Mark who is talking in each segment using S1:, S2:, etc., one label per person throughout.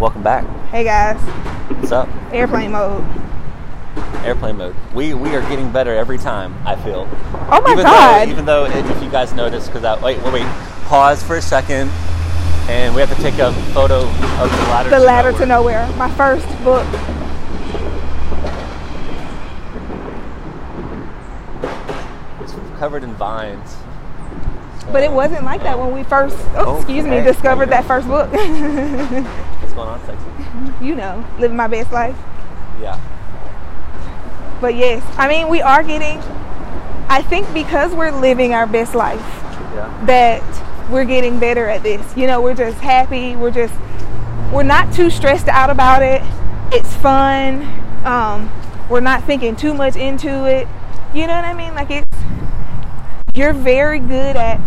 S1: Welcome back.
S2: Hey guys,
S1: What's up?
S2: airplane mode.
S1: Airplane mode. We we are getting better every time. I feel.
S2: Oh my
S1: even
S2: god.
S1: Though, even though, if if you guys notice, because I wait, wait, wait, pause for a second, and we have to take a photo of the ladder.
S2: the ladder to
S1: nowhere.
S2: nowhere. My first book.
S1: It's covered in vines.
S2: But it wasn't like that when we first, oh,
S1: Oh,
S2: excuse me,
S1: hey,
S2: discovered
S1: there
S2: that
S1: you
S2: first book.
S1: What's going on, sexy?
S2: you know, living my best life.
S1: Yeah.
S2: But yes, I mean, we are getting, I think because we're living our best life,
S1: Yeah.
S2: that we're getting better at this. You know, we're just happy. We're just, we're not too stressed out about it. It's fun. Um, we're not thinking too much into it. You know what I mean? Like it's, you're very good at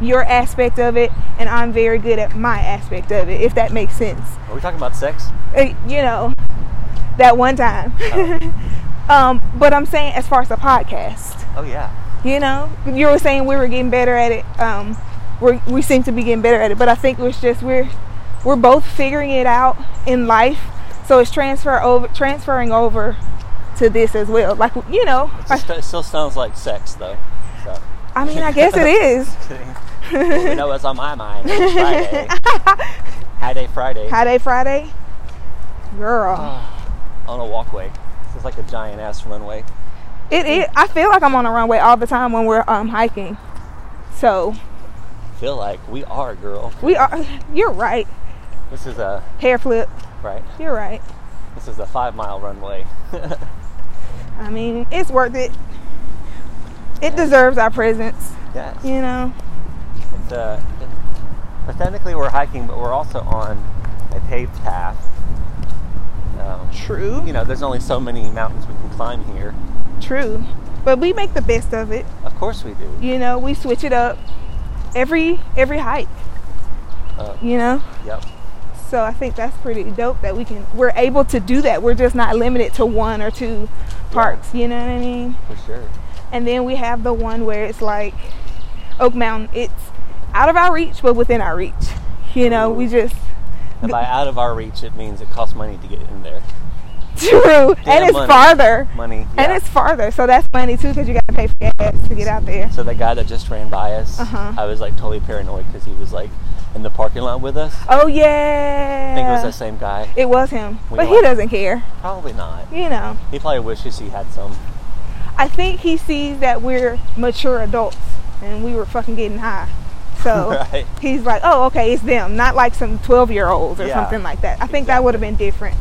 S2: your aspect of it, and I'm very good at my aspect of it, if that makes sense.
S1: Are we talking about sex?
S2: Uh, you know, that one time. um, but I'm saying, as far as the podcast,
S1: Oh yeah.
S2: you know you were saying we were getting better at it um we we seem to be getting better at it but i think it's just we're we're both figuring it out in life so it's transfer over transferring over to this as well like you know
S1: It
S2: like,
S1: st- it still sounds like sex though. So.
S2: i mean i guess it is
S1: Well, we know what's on my mind. It's Friday. High day Friday.
S2: high day friday
S1: Uh-huh.
S2: girl
S1: on a walkway. It's like a giant ass runway.
S2: it is i feel like i'm on a runway all the time when we're um hiking so
S1: Feel like we are, girl.
S2: we are you're right
S1: This is a
S2: hair flip
S1: right.
S2: you're right
S1: This is a five mile runway.
S2: i mean it's worth it it deserves our presence
S1: yes.
S2: you know
S1: It's, uh, but technically we're hiking, but we're also on a paved path. Um,
S2: True.
S1: you know, there's only so many mountains we can climb here.
S2: True. But we make the best of it.
S1: Of course we do.
S2: You know, we switch it up every every hike,
S1: Uh,
S2: you know?
S1: yep.
S2: So I think that's pretty dope that we can we're able to do that. We're just not limited to one or two parks, you know what I mean?
S1: For sure.
S2: And then we have the one where it's like Oak Mountain. It's out of our reach but within our reach. You know, we just
S1: And by out of our reach, it means it costs money to get in there.
S2: true. and it's
S1: money.
S2: farther.
S1: Money.
S2: And
S1: yeah.
S2: it's farther. So that's money too cuz you got to pay for gas to get out there.
S1: So that guy that just ran by us,
S2: Uh-huh.
S1: I was like totally paranoid because he was like in the parking lot with us.
S2: Oh
S1: I think it was
S2: yeah.
S1: that same guy.
S2: It was him.
S1: We
S2: but
S1: know
S2: he
S1: it.
S2: doesn't care.
S1: Probably not.
S2: You know,
S1: He probably wishes he had some.
S2: I think he sees that we're mature adults and we were fucking getting high. So
S1: Right.
S2: he's like, oh, okay, it's them, not like some 12 year olds or
S1: Yeah,
S2: something like that. I think that would have been different.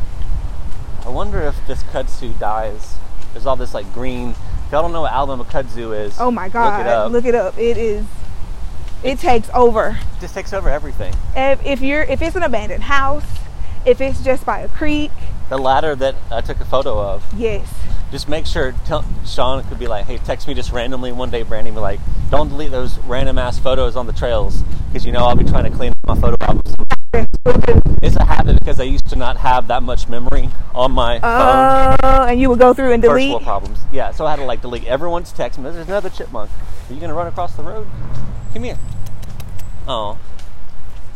S1: I wonder if this kudzu dies. There's all this like green. If y'all don't know what album a kudzu is,
S2: Oh my God.
S1: look it up.
S2: It is, it takes over.
S1: It just takes over everything.
S2: If, if you're, if it's an abandoned house, if it's just by a creek,
S1: The ladder that I took a photo of.
S2: yes.
S1: Just make sure tell, Sean could be like, hey, text me just randomly one day, Brandy, and be like, don't delete those random ass photos on the trails because you know I'll be trying to clean up my photo albums. It's a habit because I used to not have that much memory on my phone.
S2: Oh, and you would go through and
S1: First
S2: delete.
S1: world problems. Yeah, so I had to like delete everyone's text. message. There's another chipmunk. Are you gonna run across the road? Come here. Oh,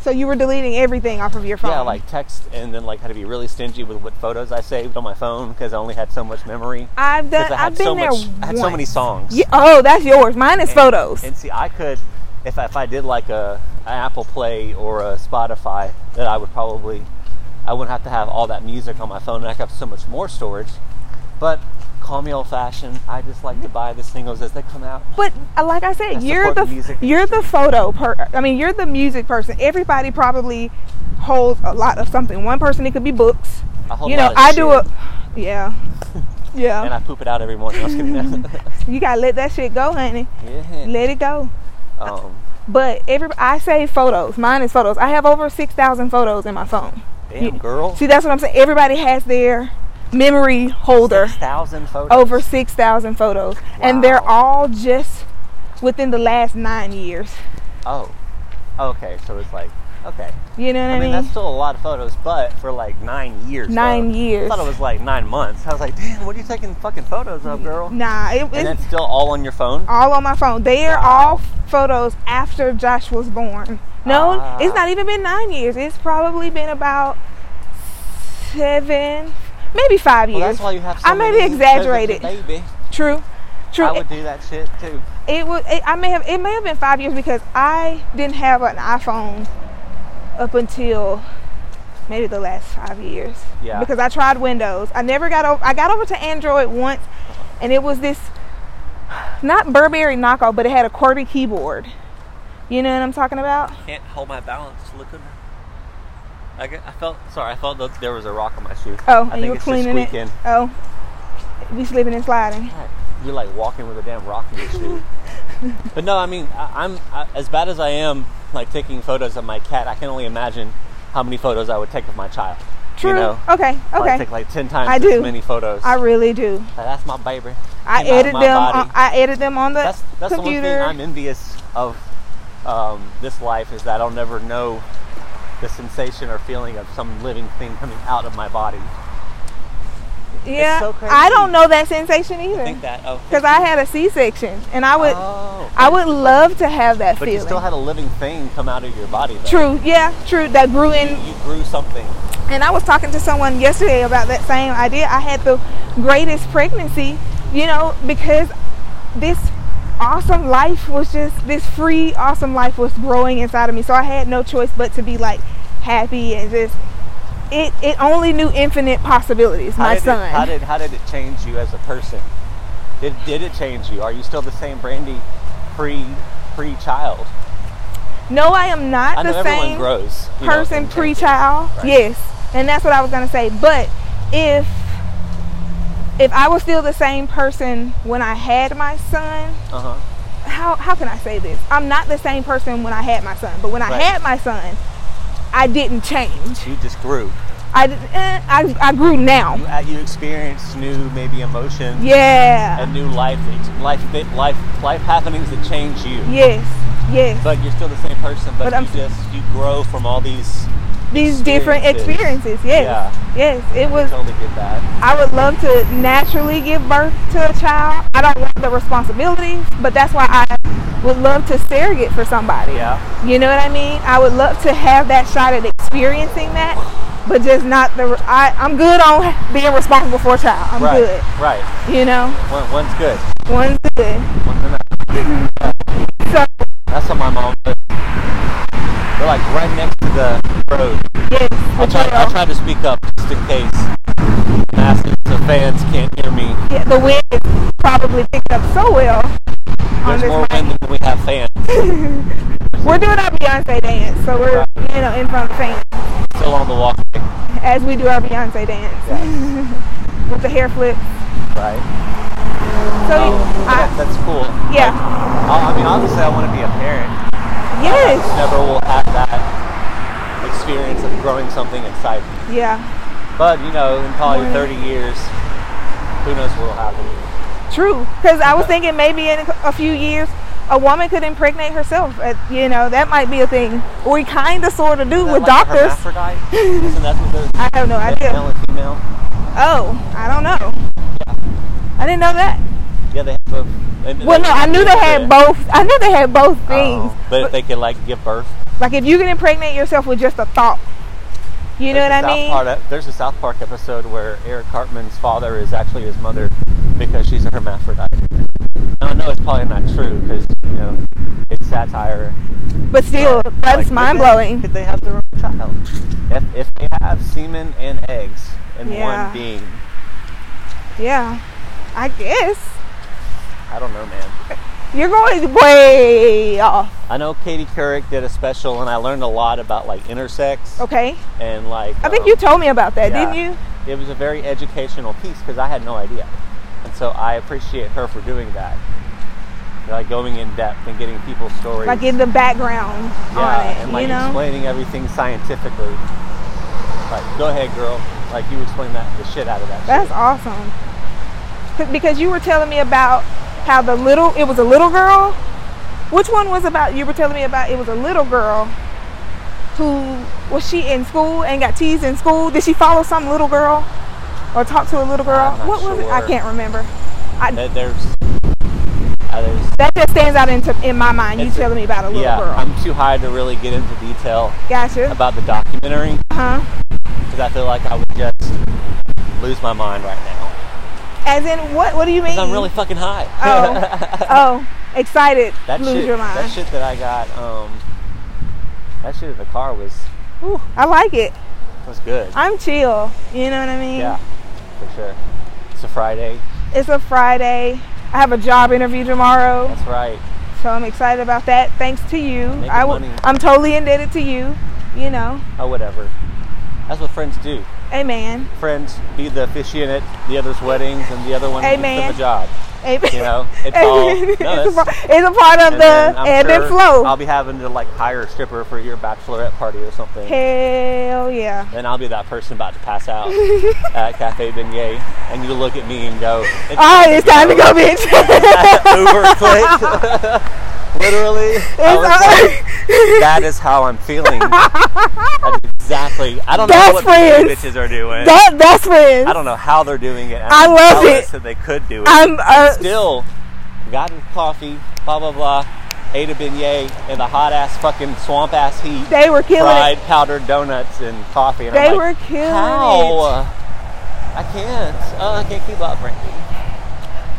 S2: So you were deleting everything off of your phone.
S1: yeah, like text, and then like had to be really stingy with what photos I saved on my phone because I only had so much memory.
S2: I've done.
S1: Because I had
S2: I've been
S1: so
S2: there.
S1: much. I had so many
S2: once.
S1: songs.
S2: Yeah, oh, that's yours. Mine is
S1: And-
S2: photos.
S1: And see, I could, if I, if I did like a an Apple Play or a Spotify, that I would probably, I wouldn't have to have all that music on my phone, and I could have so much more storage. But call me old fashioned. I just like to buy the singles as they come out.
S2: but uh, like I
S1: I
S2: said, you're
S1: support
S2: the
S1: the music
S2: you're the photo per. I mean, you're the music person. Everybody probably holds a lot of something. One person it could be books.
S1: I hold
S2: you know,
S1: a lot of
S2: I do
S1: shit,
S2: a yeah, yeah.
S1: and I poop it out every morning. I was kidding.
S2: you gotta let that shit go, honey.
S1: yeah.
S2: Let it go.
S1: Um,
S2: But every I save photos. Mine is photos. I have over six thousand photos in my phone.
S1: damn girl.
S2: See, that's what I'm saying. Everybody has their memory holder.
S1: Six thousand photos.
S2: over 6,000 photos. And they're
S1: Wow.
S2: all just within the last nine years.
S1: Oh. Okay, so it's like okay.
S2: You know what
S1: I
S2: I,
S1: mean, that's still a lot of photos, but for like nine years. though.
S2: Nine
S1: I
S2: years.
S1: thought it was like nine months. I was like, damn, what are you taking fucking photos of, girl?
S2: Nah, it,
S1: And
S2: Mm-hmm. it's
S1: it's still all on your phone.
S2: all on my phone. They are all
S1: Wow.
S2: photos after Josh was born. No,
S1: Ah.
S2: it's not even been nine years. It's probably been about seven, maybe five years.
S1: Well, that's why you have. So
S2: I maybe
S1: many
S2: exaggerated.
S1: presents, Baby,
S2: True, true.
S1: I would do that shit too.
S2: it was it, I may have it may have been five years because I didn't have an iPhone up until maybe the last five years.
S1: Yeah.
S2: Because I tried Windows. I never got over I got over to Android once and it was this not Burberry knockoff, but it had a QWERTY keyboard. You know what I'm talking about?
S1: Can't hold my balance. Looking. I, get- I felt sorry. I felt that there was a rock on my shoe.
S2: Oh,
S1: I
S2: and
S1: think
S2: you were
S1: it's
S2: cleaning
S1: just
S2: it.
S1: squeaking.
S2: Oh. We slipping and sliding.
S1: God, You're like walking with a damn rock in your shoe. but no, I mean, I, I'm I, as bad as I am, like taking photos of my cat. I can only imagine how many photos I would take of my child.
S2: True.
S1: You know,
S2: okay,
S1: I
S2: okay.
S1: take like ten times
S2: I
S1: as
S2: do.
S1: many photos.
S2: I really do.
S1: Like, that's my baby.
S2: I
S1: Came out of
S2: edit
S1: my
S2: them
S1: body.
S2: on, I edit them on the
S1: that's that's
S2: computer.
S1: the one thing I'm envious of um, this life is that I'll never know the sensation or feeling of some living thing coming out of my body.
S2: Yeah,
S1: so
S2: I
S1: crazy.
S2: don't know that sensation
S1: Think
S2: either.
S1: that oh
S2: Because I had a C-section, and I would,
S1: oh,
S2: I would love to have that
S1: but
S2: feeling.
S1: you still had a living thing come out of your body. Though.
S2: true, yeah, true. That grew in,
S1: You grew something.
S2: and I was talking to someone yesterday about that same idea. I had the greatest pregnancy, you know, because this awesome life was just this free, awesome life was growing inside of me. So I had no choice but to be like happy and just. It, it only knew infinite possibilities.
S1: How
S2: My
S1: did it-
S2: son.
S1: how did how did it change you as a person? Did did it change you? Are you still the same Brandy pre pre child?
S2: no, I am not
S1: I know
S2: the
S1: everyone
S2: same.
S1: grows. you know,
S2: person
S1: and changes.
S2: pre-child
S1: Right.
S2: yes and that's what i was going to say but if if i was still the same person when i had my son
S1: Uh-huh.
S2: how how can i say this i'm not the same person when i had my son but when i
S1: Right.
S2: had my son i didn't change
S1: You just grew.
S2: i did- eh, I, I grew
S1: You,
S2: now
S1: uh, you experienced new maybe emotions.
S2: yeah
S1: and new life, ex- life, fit- life, life happenings that change you.
S2: yes yes
S1: But you're still the same person, but,
S2: But I'm-
S1: you just you grow from all these.
S2: these different
S1: experiences.
S2: experiences yes
S1: Yeah.
S2: yes it
S1: I
S2: was
S1: totally get that.
S2: I would love to naturally give birth to a child. I don't want the responsibilities, but that's why I would love to surrogate for somebody.
S1: Yeah.
S2: You know what I mean? I would love to have that shot at experiencing that, but just not the. I, I'm good on being responsible for a child. I'm
S1: right.
S2: good.
S1: Right.
S2: You know,
S1: One, one's good.
S2: one's good.
S1: One's enough.
S2: So
S1: That's what my mom. Does. We're like right next to the road.
S2: yes,
S1: I'll try, I'll try to speak up just in case. Masses of fans can't hear me.
S2: yeah, the wind is probably picked up so well on
S1: There's
S2: this
S1: more
S2: mic.
S1: wind than we have fans.
S2: We're doing our Beyonce dance, so we're you know in front of fans.
S1: Still on the walkway.
S2: as we do our Beyonce dance with the hair flip.
S1: Right.
S2: So
S1: Oh, that-
S2: I,
S1: that's cool.
S2: yeah,
S1: I I mean, obviously, I want to be a parent.
S2: yes,
S1: never will have that experience of growing something exciting.
S2: yeah,
S1: But you know, in probably
S2: Right.
S1: 30 years, who knows what will happen?
S2: true. Because I was thinking maybe in a few years a woman could impregnate herself. At, you know, that might be a thing. We kind of sort of
S1: Isn't
S2: do
S1: that
S2: with
S1: like a
S2: doctors.
S1: hermaphrodite? Isn't that what those
S2: I have no idea.
S1: male and female?
S2: Oh, I don't know. I didn't know that.
S1: Yeah, they have both. and
S2: Well, no, I knew they had
S1: Yeah.
S2: both. I knew they had both
S1: Oh,
S2: things.
S1: but if they could like give birth,
S2: Like if you can impregnate yourself with just a thought, you know
S1: There's
S2: what
S1: a
S2: I
S1: South
S2: mean?
S1: Park, uh, there's a South Park episode where Eric Cartman's father is actually his mother because she's a hermaphrodite. Now, I know it's probably not true because you know it's satire
S2: But still, that's
S1: Like,
S2: mind
S1: Could they,
S2: blowing.
S1: could they have their own child? If, if they have semen and eggs in
S2: Yeah.
S1: one being,
S2: Yeah, I guess
S1: I don't know, man.
S2: you're going way off.
S1: I know Katie Couric did a special, and I learned a lot about like intersex
S2: Okay,
S1: and like.
S2: I think
S1: um,
S2: you told me about that,
S1: yeah.
S2: didn't you?
S1: It was a very educational piece because I had no idea, and so I appreciate her for doing that. You know, Like going in depth and getting people's stories,
S2: Like in the background
S1: yeah,
S2: on
S1: and
S2: it,
S1: like
S2: you know?
S1: explaining everything scientifically. Like, go ahead, girl. Like you explain that the shit out of that.
S2: That's
S1: shit.
S2: awesome. 'Cause- Because you were telling me about how the little, it was a little girl. Which one was about? You were telling me about it was a little girl who was she in school and got teased in school. Did she follow some little girl or talk to a little girl?
S1: I'm not
S2: what was it? I
S1: sure.
S2: can't remember. I,
S1: That there's, uh, there's
S2: That just stands out in, in my mind. You
S1: It's a-
S2: telling me about a little
S1: yeah,
S2: girl.
S1: I'm too high to really get into detail
S2: gotcha.
S1: about the documentary,
S2: Uh huh.
S1: because I feel like I would just lose my mind right now.
S2: As in, what? What do you mean?
S1: Because I'm really fucking high.
S2: Oh, oh, excited.
S1: that
S2: lose
S1: shit,
S2: your mind.
S1: That shit that I got, um, that shit in the car was
S2: Ooh, I like it.
S1: was good.
S2: I'm chill. You know what I mean?
S1: yeah, for sure. It's a Friday.
S2: It's a Friday. I have a job interview tomorrow,
S1: That's right.
S2: so I'm excited about that. Thanks to you.
S1: Making
S2: I will-
S1: money.
S2: I'm totally indebted to you. You know,
S1: Oh, whatever. That's what friends do.
S2: amen.
S1: Friends be the officiant at the other's weddings, and the other one gives
S2: Amen.
S1: them a job.
S2: Amen.
S1: You know, it's all. No,
S2: Amen. it's, a
S1: that's-
S2: part, it's a part of
S1: and then
S2: the
S1: I'm
S2: ebb and
S1: sure
S2: flow.
S1: I'll be having to like hire a stripper for your bachelorette party or something.
S2: Hell yeah.
S1: Then I'll be that person about to pass out at Cafe Beignet, and you look at me and go, it's
S2: All right, it's time to go, bitch.
S1: Uber click. Literally. I was like,
S2: it's
S1: that is how I'm feeling. That's exactly. I don't
S2: That's
S1: know what these bitches
S2: friends.
S1: are doing.
S2: that, that's friends.
S1: I don't know how they're doing it.
S2: I
S1: I'm
S2: love
S1: jealous
S2: it.
S1: That they could do it.
S2: I'm uh,
S1: Still, got his coffee, blah, blah, blah, ate a beignet in the hot ass fucking swamp ass heat.
S2: They were killing
S1: fried
S2: it.
S1: powdered donuts and coffee. And
S2: They
S1: I'm like,
S2: were killing
S1: How? I can't. Oh, I can't keep up, Randy.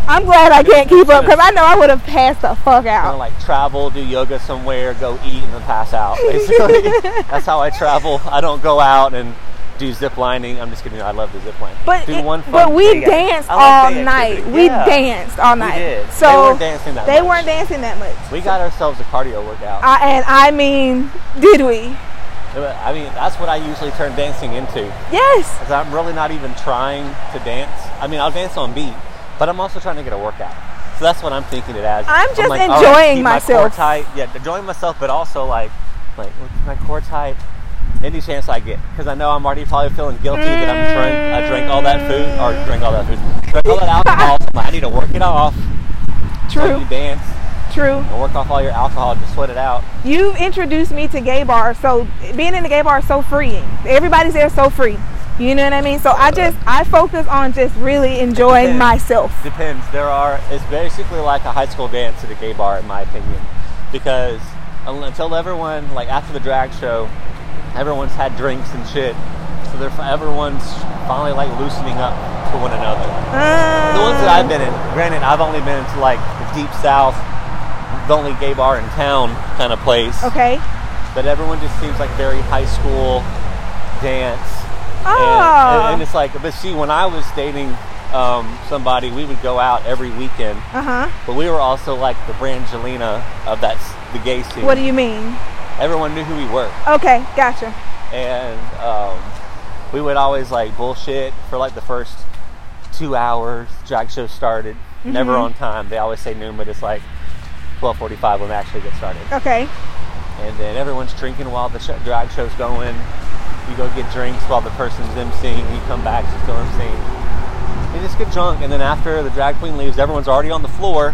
S2: I'm glad I can't keep up because I know I would have passed the fuck
S1: kind of
S2: out.
S1: like travel, do yoga somewhere, go eat, and then pass out. Basically, that's how I travel. I don't go out and do zip lining. I'm just kidding. I love the zip line.
S2: But
S1: do
S2: it-
S1: one fun
S2: but we
S1: thing.
S2: danced
S1: I
S2: all
S1: like day
S2: night.
S1: activity.
S2: We
S1: Yeah.
S2: danced all night.
S1: did. They
S2: So
S1: weren't dancing that
S2: They
S1: much.
S2: weren't Uh, dancing that much.
S1: We got ourselves a cardio workout.
S2: I, and I mean, did we?
S1: I mean, that's what I usually turn dancing into.
S2: Yes.
S1: Because I'm really not even trying to dance. I mean, I'll dance on beat, but I'm also trying to get a workout. So that's what I'm thinking it as.
S2: I'm just
S1: all
S2: enjoying
S1: keep My core
S2: myself.
S1: tight. Yeah, enjoying myself, but also like, like with my core tight. Any chance I get, because I know I'm already probably feeling guilty that I'm drink. I drank all that food, or drank all that food, drank all that alcohol. so I'm like, I need to work it off. So
S2: True.
S1: you dance
S2: True.
S1: and work off all your alcohol to sweat it out.
S2: You've introduced me to gay bars, so being in the gay bar is so freeing. Everybody's there so free. You know what I mean? So I just I focus on just really enjoying
S1: depends.
S2: myself.
S1: Depends. There are. It's basically like a high school dance at a gay bar, in my opinion, because un- until everyone, like after the drag show, everyone's had drinks and shit, so they're everyone's finally like loosening up to one another. The ones that I've been in, granted, I've only been to like the deep south, the only gay bar in town kind of place,
S2: Okay.
S1: but everyone just seems like very high school dance. And-
S2: Ah.
S1: And, and it's like, but see, when I was dating um, somebody, we would go out every weekend,
S2: Uh huh.
S1: but we were also like the Brangelina of that s- the gay scene.
S2: What do you mean?
S1: Everyone knew who we were,
S2: Okay, gotcha.
S1: and um, we would always like bullshit for like the first two hours. Drag show started,
S2: Mm-hmm.
S1: never on time. They always say noon, but it's like. 12:45 when they actually get started,
S2: Okay.
S1: and then everyone's drinking while the sh- drag show's going. You go get drinks while the person's emceeing. You come back, she's still emceeing. They just get drunk, and then after the drag queen leaves, everyone's already on the floor,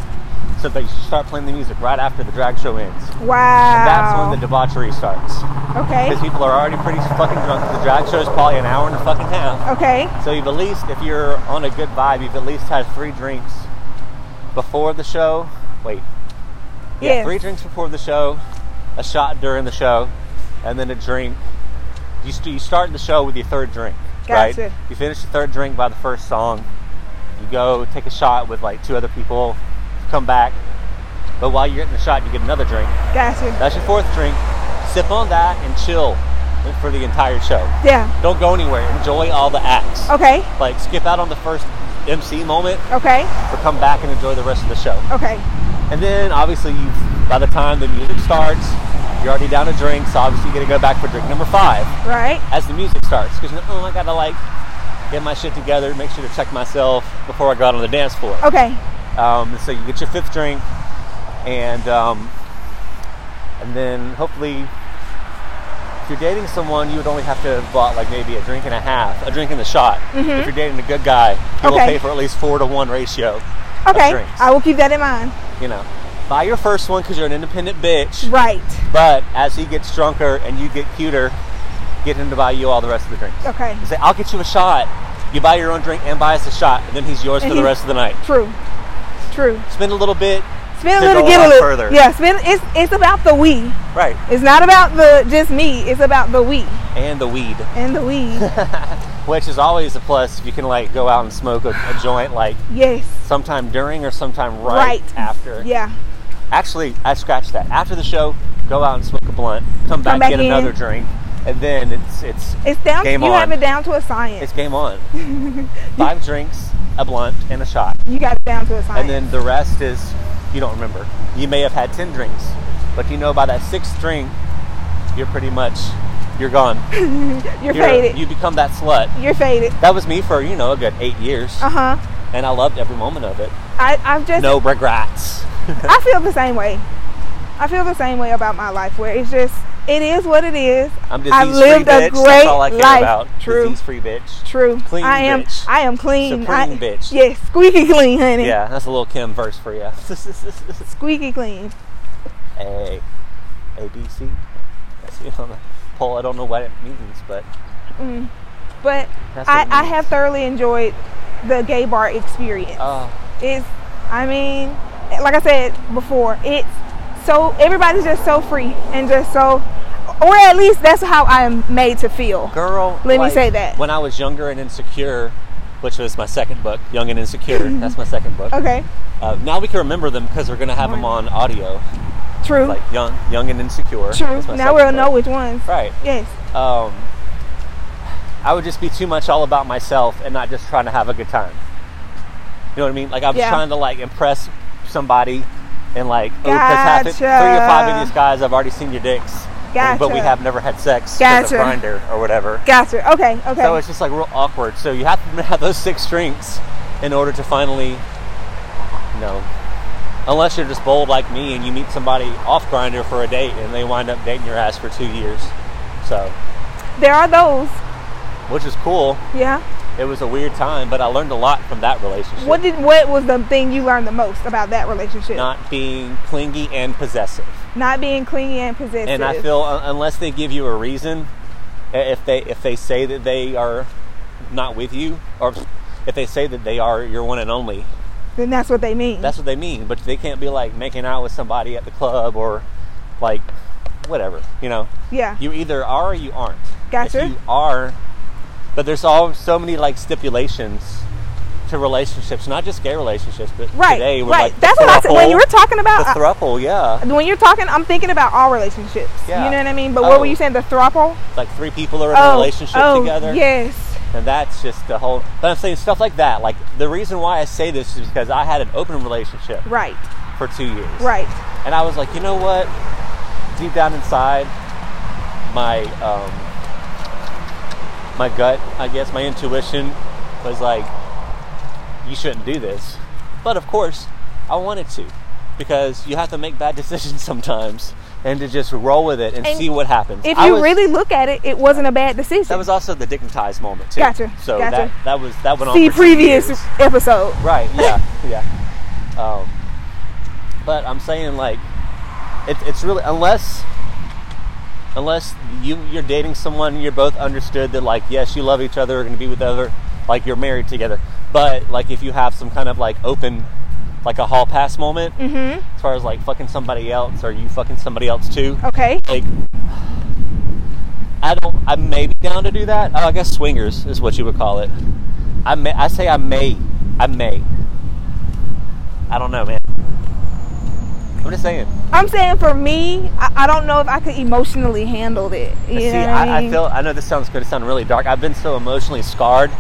S1: so they start playing the music right after the drag show ends.
S2: Wow.
S1: That's when the debauchery starts.
S2: okay.
S1: Because people are already pretty fucking drunk. The drag show is probably an hour and a fucking half.
S2: Okay.
S1: So you've at least, if you're on a good vibe, you've at least had three drinks before the show. Wait. Yeah,
S2: Yes.
S1: three drinks before the show, a shot during the show, and then a drink. You, st- you start the show with your third drink, right?
S2: Gotcha.
S1: You finish the third drink by the first song. You go take a shot with like two other people, come back. But while you're getting the shot, you get another drink.
S2: Gotcha.
S1: That's your fourth drink. Sip on that and chill for the entire show.
S2: Yeah.
S1: Don't go anywhere. Enjoy all the acts.
S2: Okay.
S1: Like skip out on the first MC moment,
S2: Okay.
S1: or come back and enjoy the rest of the show.
S2: Okay.
S1: And then obviously, you by the time the music starts, you're already down to drinks. So obviously, you're gonna go back for drink number five
S2: Right.
S1: as the music starts because oh, I gotta like get my shit together, make sure to check myself before I go out on the dance floor.
S2: Okay.
S1: Um, so you get your fifth drink, and um, and then hopefully, if you're dating someone, you would only have to have bought like maybe a drink and a half, a drink and a shot. If you're dating a good guy, he will
S2: Okay.
S1: pay for at least four to one ratio.
S2: Okay.
S1: drinks.
S2: I will keep that in mind.
S1: You know, buy your first one because you're an independent bitch.
S2: Right.
S1: But as he gets drunker and you get cuter, get him to buy you all the rest of the drinks.
S2: Okay.
S1: Say, I'll get you a shot. You buy your own drink and buy us a shot, and then he's yours
S2: And
S1: for the
S2: he's-
S1: rest of the night.
S2: True. True.
S1: Spend a little bit,
S2: spin
S1: To
S2: a little,
S1: go
S2: get
S1: on
S2: a little.
S1: further.
S2: Yeah, spin. It's it's about the we.
S1: Right.
S2: It's not about the just me. It's about the we
S1: And the weed,
S2: and the we.
S1: which is always a plus if you can like go out and smoke a, a joint like
S2: yes.
S1: sometime during or sometime right,
S2: Right.
S1: after.
S2: Yeah.
S1: Actually, I scratched that. After the show, go out and smoke a blunt, come back,
S2: back
S1: get
S2: in.
S1: another drink, and then it's it's
S2: It's down.
S1: Game
S2: you have
S1: on.
S2: it down to a science.
S1: it's game on. Five drinks, a blunt, and a shot,
S2: you got it down to a science.
S1: and then the rest is you don't remember. You may have had ten drinks, but you know by that sixth drink, you're pretty much you're gone.
S2: you're,
S1: You're-
S2: faded.
S1: You become that slut.
S2: You, are faded.
S1: That was me for you know a good eight years,
S2: Uh huh.
S1: and I loved every moment of it.
S2: I I've just
S1: No regrets.
S2: I feel the same way. I feel the same way about my life where it's just it is what it is.
S1: I'm
S2: I've
S1: disease free,
S2: lived a
S1: bitch. That's
S2: great
S1: all I care
S2: life.
S1: about.
S2: True.
S1: Disease free, bitch.
S2: True.
S1: Clean
S2: I am
S1: bitch.
S2: I am clean. I,
S1: Supreme bitch.
S2: Yes, squeaky clean, honey.
S1: Yeah, that's a little Kim verse for you.
S2: Squeaky clean.
S1: a, A, B, C. That's, you know, the poll. I don't know what it means, but
S2: Mm. But
S1: that's what
S2: I,
S1: it
S2: I
S1: means.
S2: have thoroughly enjoyed the gay bar experience.
S1: Oh,
S2: It's I mean, like I said before, it's so everybody's just so free and just so or at least that's how I am made to feel.
S1: girl.
S2: Let me
S1: like,
S2: say that.
S1: When I was younger and insecure, which was my second book, Young and Insecure. that's my second book.
S2: Okay.
S1: Uh, now we can remember them because we're gonna have them on audio,
S2: True.
S1: like Young, Young and Insecure.
S2: True.
S1: That's my
S2: Now
S1: second
S2: we'll
S1: book.
S2: know which ones.
S1: Right.
S2: Yes.
S1: um, I would just be too much all about myself and not just trying to have a good time. You know what I mean? Like I'm
S2: Yeah.
S1: trying to like impress somebody and like oh, 'cause half it- three or five of
S2: Gotcha.
S1: these guys I've already seen your dicks, and- but we
S2: Gotcha.
S1: have never had sex
S2: Gotcha.
S1: grinder or whatever.
S2: Gotcha. Okay. Okay.
S1: So it's just like real awkward. So you have to have those six drinks in order to finally, you know, unless you're just bold like me and you meet somebody off grinder for a date and they wind up dating your ass for two years. So
S2: there are those.
S1: which is cool.
S2: Yeah.
S1: It was a weird time, but I learned a lot from that relationship.
S2: What did what was the thing you learned the most about that relationship?
S1: Not being clingy and possessive.
S2: Not being clingy and possessive.
S1: And I feel uh, unless they give you a reason, i- if they if they say that they are not with you, or if they say that they are your one and only,
S2: then that's what they mean.
S1: that's what they mean. But they can't be like making out with somebody at the club or like whatever. You know,
S2: yeah.
S1: you either are or you aren't.
S2: Gotcha.
S1: If you are, but there's all so many like stipulations to relationships, not just gay relationships, but
S2: right.
S1: today we're
S2: right.
S1: like the
S2: that's what I said. When
S1: thruple-
S2: you were talking
S1: the
S2: about I-
S1: thruple, yeah,
S2: when you're talking, I'm thinking about all relationships.
S1: Yeah.
S2: You know what I mean? But what
S1: Oh.
S2: were you saying? The throuple?
S1: like three people are in a
S2: oh,
S1: relationship
S2: oh,
S1: together,
S2: Yes.
S1: and that's just the whole. But I'm saying stuff like that. Like the reason why I say this is because I had an open relationship
S2: Right.
S1: for two years,
S2: Right.
S1: And I was like, you know what? Deep down inside, my um, my gut, I guess, my intuition was like, you shouldn't do this. But of course, I wanted to because you have to make bad decisions sometimes and to just roll with it and,
S2: And
S1: see what happens.
S2: If
S1: I
S2: you
S1: was-
S2: really look at it, it wasn't a bad decision.
S1: that was also the dignitized moment too.
S2: Gotcha,
S1: So
S2: gotcha.
S1: that that was that went on.
S2: See
S1: for two
S2: previous
S1: years.
S2: episode.
S1: Right. Yeah. yeah. Um, but I'm saying like, it, it's really unless unless you you're dating someone, you're both understood that like yes, you love each other, are going to be with other, like you're married together. But like if you have some kind of like open, like a hall pass moment,
S2: Mm-hmm.
S1: as far as like fucking somebody else or you fucking somebody else too,
S2: Okay.
S1: like. I don't. I may be down to do that. Oh, I guess swingers is what you would call it. I may. I say I may. I may. I don't know, man. I'm just saying.
S2: I'm saying for me, I, I don't know if I could emotionally handle it. You
S1: See,
S2: know what
S1: I, I
S2: mean?
S1: feel. I know this sounds going to sound really dark. I've been so emotionally scarred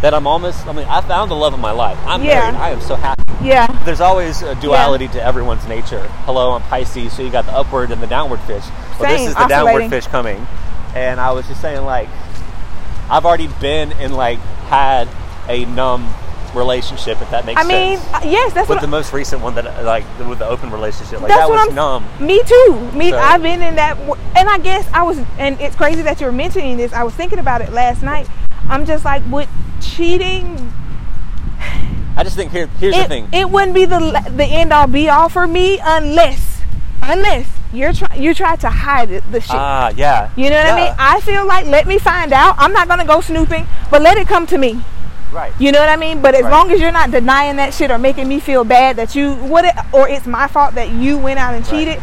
S1: that I'm almost. I mean, I found the love of my life. I'm
S2: Yeah.
S1: married. I am so happy.
S2: Yeah.
S1: There's always a duality to everyone's nature. Hello, I'm Pisces, so you got the upward and the downward fish. Well, this
S2: Same,
S1: is the downward
S2: oscillating.
S1: fish coming. And I was just saying, like, I've already been in, like, had a numb relationship, if that makes
S2: I mean,
S1: sense.
S2: uh, yes, that's
S1: With
S2: what.
S1: the most recent one that, like, with the open relationship, like,
S2: That's
S1: that
S2: what
S1: was
S2: I'm-
S1: numb.
S2: me too. Me,
S1: So-
S2: I've been in that, w- and I guess I was. And it's crazy that you're mentioning this. I was thinking about it last night. I'm just like, with cheating,
S1: I just think here, here's the
S2: it,
S1: thing.
S2: it wouldn't be the le- the end all be all for me unless, unless you're try you try to hide it, the shit.
S1: Ah, yeah.
S2: You know what I
S1: Yeah.
S2: mean? I feel like let me find out. I'm not gonna go snooping, but let it come to me.
S1: Right.
S2: You know what I mean? But as
S1: Right.
S2: long as you're not denying that shit or making me feel bad that you what it, or it's my fault that you went out and
S1: Right.
S2: cheated,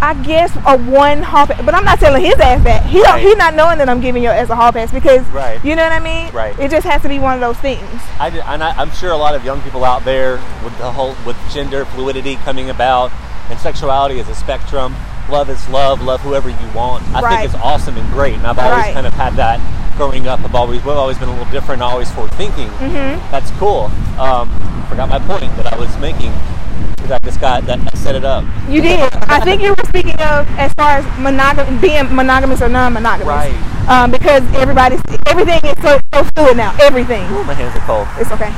S2: I guess a one hall pass. But I'm not telling his ass that. He don't,
S1: Right.
S2: he not knowing that I'm giving your ass a hall pass because
S1: Right.
S2: you know what I mean?
S1: Right.
S2: It just has to be one of those things.
S1: I did, and I, I'm sure a lot of young people out there with the whole with gender fluidity coming about and sexuality is a spectrum. Love is love. Love whoever you want. I
S2: Right.
S1: think it's awesome and great. And I've always
S2: Right.
S1: kind of had that growing up. I've always we've always been a little different, always forward thinking.
S2: Mhm.
S1: That's cool. Um, forgot my point that I was making because I just got that I set it up.
S2: You did. I think you were speaking of as far as monogam- being monogamous or non-monogamous.
S1: Right.
S2: Um, because everybody's everything is so, so fluid now. Everything.
S1: Ooh, my hands are cold.
S2: It's okay.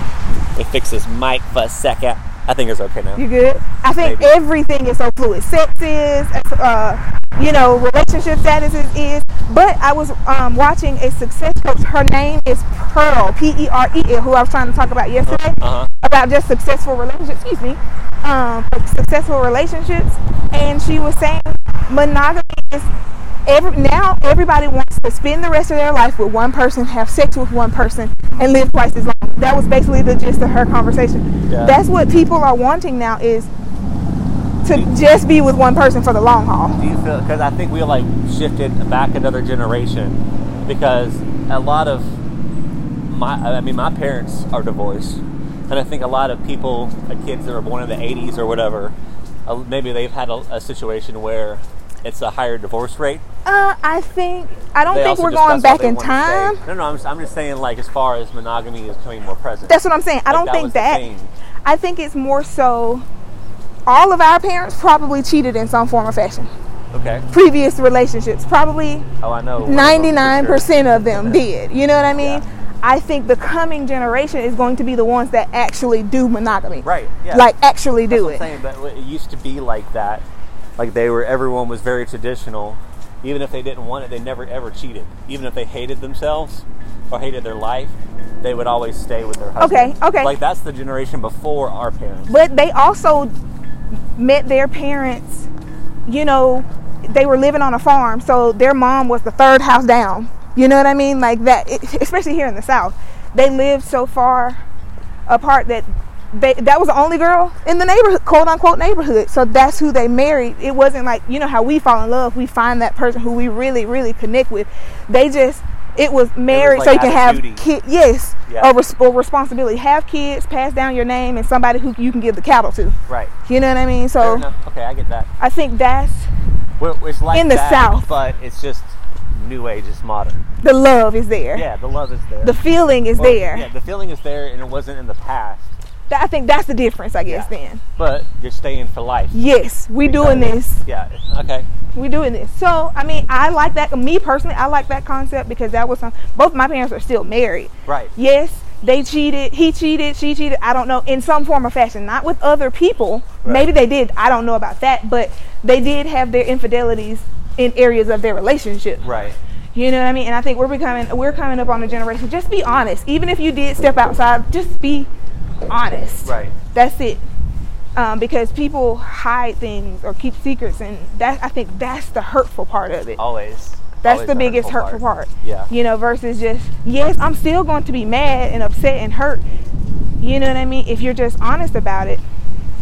S1: It fixes mic for a second. I think it's okay now.
S2: You good? I think
S1: Maybe.
S2: everything is so fluid. Sex is, uh, you know, relationship status is. is. But I was um, watching a success coach. Her name is Pearl, E P-E-R-E-L, who I was trying to talk about yesterday
S1: Uh huh.
S2: about just successful relationships. Excuse me, um, successful relationships, and she was saying monogamy is every now everybody wants to spend the rest of their life with one person, have sex with one person, and live twice as long. That was basically the gist of her conversation.
S1: Yeah.
S2: That's what people are wanting now is to
S1: You-
S2: just be with one person for the long haul.
S1: Do you feel? Because I think we like shifted back another generation because a lot of my, I mean, my parents are divorced, and I think a lot of people, like kids that were born in the '80s or whatever, uh, maybe they've had a, a situation where it's a higher divorce rate.
S2: Uh, I think I don't
S1: They
S2: think
S1: also
S2: we're
S1: just-
S2: going
S1: that's all
S2: back
S1: they
S2: in
S1: wanna stay.
S2: time.
S1: No, no, I'm just, I'm just saying like as far as monogamy is becoming more present.
S2: That's what I'm saying. I
S1: Like,
S2: don't
S1: that
S2: think
S1: was the
S2: that.
S1: thing.
S2: I think it's more so all of our parents probably cheated in some form or fashion.
S1: Okay.
S2: Previous relationships, probably
S1: Oh, I know.
S2: 99% of them did. You know what I mean?
S1: Yeah.
S2: I think the coming generation is going to be the ones that actually do monogamy.
S1: Right. Yeah.
S2: Like actually
S1: That's
S2: do
S1: what I'm
S2: it.
S1: saying, but it used to be like that. Like they were, everyone was very traditional. Even if they didn't want it, they never ever cheated. Even if they hated themselves or hated their life, they would always stay with their husband.
S2: Okay, okay.
S1: Like that's the generation before our parents.
S2: But they also met their parents, you know, they were living on a farm, so their mom was the third house down. You know what I mean? Like that, it, especially here in the South. They lived so far apart that they, that was the only girl in the neighborhood, quote unquote neighborhood. So that's who they married. It wasn't like, you know, how we fall in love, we find that person who we really, really connect with. They just, it was married so you
S1: like
S2: can
S1: out of
S2: have
S1: duty.
S2: kids. Yes,
S1: Yeah.
S2: or, res- or responsibility. Have kids, pass down your name, and somebody who you can give the cattle to.
S1: right.
S2: You know what I mean?
S1: Fair
S2: So
S1: enough. Okay, I get that.
S2: I think that's
S1: Well, It's like
S2: In the
S1: that,
S2: South.
S1: but it's just new age. It's modern.
S2: the love is there.
S1: Yeah, the love is there.
S2: The feeling is
S1: Well,
S2: there.
S1: Yeah, the feeling is there, and it wasn't in the past.
S2: Th- I think that's the difference. I guess
S1: Yeah.
S2: then.
S1: But you're staying for life.
S2: Yes, we doing
S1: Because-
S2: this.
S1: Yeah. Okay.
S2: We doing this. So I mean, I like that. Me personally, I like that concept because that was some. Both my parents are still married.
S1: Right.
S2: Yes, they cheated. He cheated. She cheated. I don't know in some form or fashion. Not with other people.
S1: Right.
S2: Maybe they did. I don't know about that. But they did have their infidelities in areas of their relationship.
S1: Right.
S2: You know what I mean? And I think we're becoming we're coming up on a generation. Just be honest. Even if you did step outside, just be honest.
S1: Right.
S2: That's it. Um, because people hide things or keep secrets, and that I think that's the hurtful part of it.
S1: Always.
S2: That's
S1: Always
S2: the biggest hurtful part.
S1: Yeah.
S2: You know, versus just yes, I'm still going to be mad and upset and hurt. You know what I mean? If you're just honest about it,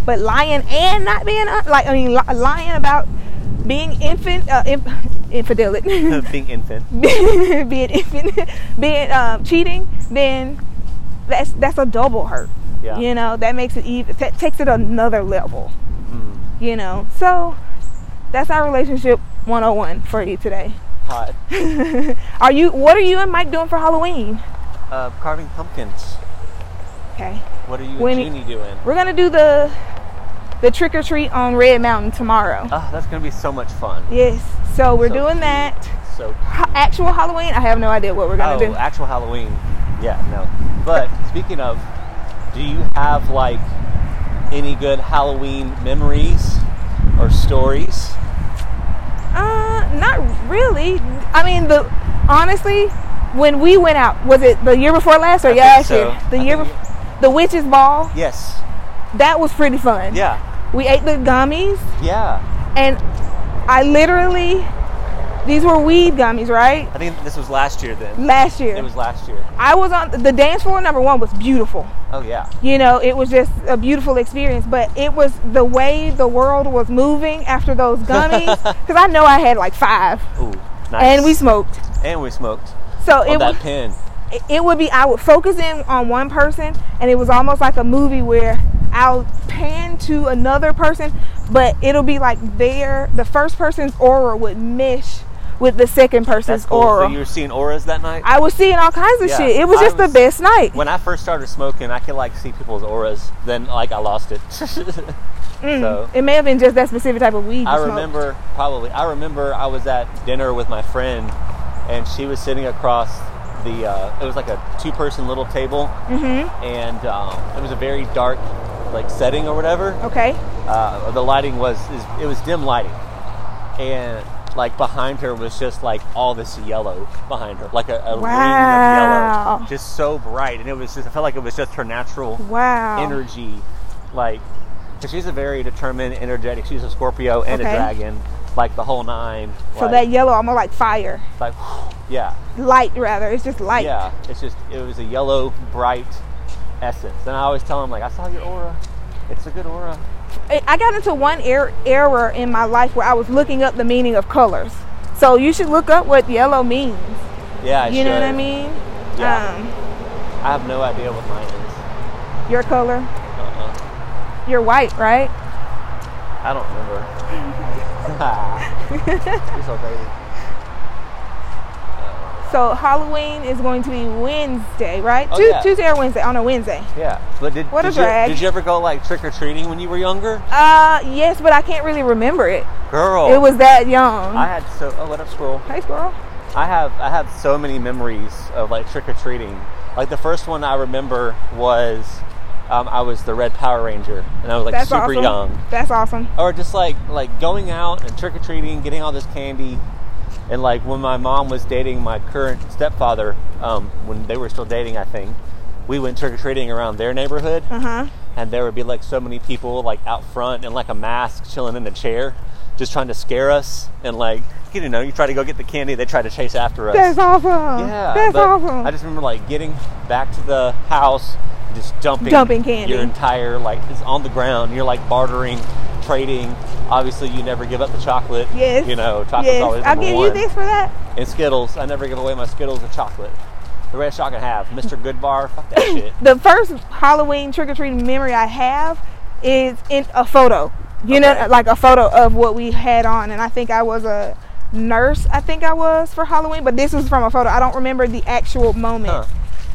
S2: but lying and not being hon- like I mean li- lying about being infant uh, inf- infidelic.
S1: Being infant.
S2: being infant, being um, cheating, then that's that's a double hurt.
S1: Yeah.
S2: You know that makes it even t- takes it another level.
S1: Mm.
S2: You know, so that's our relationship 101 for you today.
S1: Hot.
S2: are you? What are you and Mike doing for Halloween?
S1: Uh, carving pumpkins.
S2: Okay,
S1: What are you
S2: When-
S1: and Jeannie doing?
S2: we're gonna do the the trick or treat on Red Mountain tomorrow.
S1: Oh, that's gonna be so much fun.
S2: yes, so we're
S1: So
S2: doing
S1: cute.
S2: that.
S1: So
S2: Ha- actual Halloween? I have no idea what we're gonna
S1: oh,
S2: do.
S1: actual Halloween. Yeah, no. But speaking of, do you have like any good Halloween memories or stories?
S2: Uh, not really. I mean, the honestly, when we went out, was it the year before last or
S1: I think
S2: yeah, last
S1: so.
S2: year? The
S1: I
S2: year
S1: think-
S2: before, the witches ball.
S1: Yes.
S2: That was pretty fun.
S1: Yeah.
S2: We ate the gummies,
S1: Yeah.
S2: and I literally These were weed gummies, right?
S1: I think this was last year then.
S2: Last year.
S1: It was last year.
S2: I was on the dance floor number one was beautiful.
S1: Oh yeah.
S2: You know, it was just a beautiful experience. But it was the way the world was moving after those gummies. Because I know I had like five,
S1: Ooh, nice.
S2: and we smoked.
S1: and we smoked
S2: So
S1: on
S2: it
S1: that
S2: was.
S1: pin.
S2: it- it would be I would focus in on one person and it was almost like a movie where I'll pan to another person but it'll be like their the first person's aura would mesh with the second person's
S1: That's cool.
S2: aura.
S1: So you were seeing auras that night.
S2: I was seeing all kinds of
S1: Yeah,
S2: shit. It was
S1: I
S2: just
S1: was-
S2: the best night.
S1: when I first started smoking, I could like see people's auras. Then like I lost it.
S2: Mm.
S1: so-
S2: It may have been just that specific type of weed. you
S1: I
S2: smoked.
S1: remember probably. I remember I was at dinner with my friend, and she was sitting across the. Uh, it was like a two-person little table,
S2: Mm-hmm.
S1: and um, it was a very dark like setting or whatever.
S2: Okay.
S1: uh, the lighting was is, it was dim lighting, and like behind her was just like all this yellow behind her, like a, a ring of
S2: Wow.
S1: yellow, just so bright, and it was just I felt like it was just her natural
S2: Wow.
S1: energy, like because she's a very determined, energetic. She's a Scorpio and a
S2: Okay.
S1: dragon, like the whole nine.
S2: so
S1: like,
S2: that yellow almost like fire.
S1: like yeah,
S2: Light rather. It's just light.
S1: yeah. It's just it was a yellow bright essence, and I always tell him like I saw your aura. It's a good aura.
S2: I I got into one er- error in my life where I was looking up the meaning of colors. So you should look up what yellow means.
S1: Yeah, I
S2: you know what I
S1: should.
S2: mean?
S1: Yeah. I have no idea what mine is.
S2: Um, your color.
S1: Uh-uh.
S2: You're white, right?
S1: I don't remember. You're so crazy.
S2: So Halloween is going to be Wednesday, right?
S1: Oh,
S2: Tu-
S1: yeah.
S2: Tuesday or Wednesday on a Wednesday.
S1: Yeah, but did
S2: What a
S1: did you,
S2: drag.
S1: did you ever go like trick or treating when you were younger,
S2: Uh, yes, but I can't really remember it.
S1: girl?
S2: It was that young.
S1: Oh. I had so. Oh, what up, squirrel?
S2: hey, squirrel.
S1: I have I have so many memories of like trick or treating. Like the first one I remember was um, I was the Red Power Ranger, and I was like
S2: That's
S1: super
S2: awesome.
S1: young.
S2: That's awesome.
S1: or just like like going out and trick or treating, getting all this candy, and like when my mom was dating my current stepfather, um, when they were still dating, I think we went trick or treating around their neighborhood,
S2: Uh huh.
S1: and there would be like so many people like out front and like a mask chilling in the chair, just trying to scare us, and like you know you try to go get the candy, they try to chase after us.
S2: That's awesome.
S1: yeah,
S2: That's
S1: but
S2: awesome.
S1: I just remember like getting back to the house, just dumping
S2: Dumping candy.
S1: your entire like it's on the ground. You're like bartering, trading. Obviously, you never give up the chocolate.
S2: yes.
S1: you know chocolate's
S2: yes.
S1: always
S2: I'll
S1: number
S2: give
S1: one.
S2: you this for that.
S1: And Skittles, I never give away my Skittles or chocolate. The rest y'all can have. Mr. Goodbar, fuck that shit.
S2: the first Halloween trick or treating memory I have is in a photo. You know,
S1: Okay.
S2: like a photo of what we had on, and I think I was a nurse. I think I was for Halloween, but this was from a photo. I don't remember the actual moment.
S1: Huh.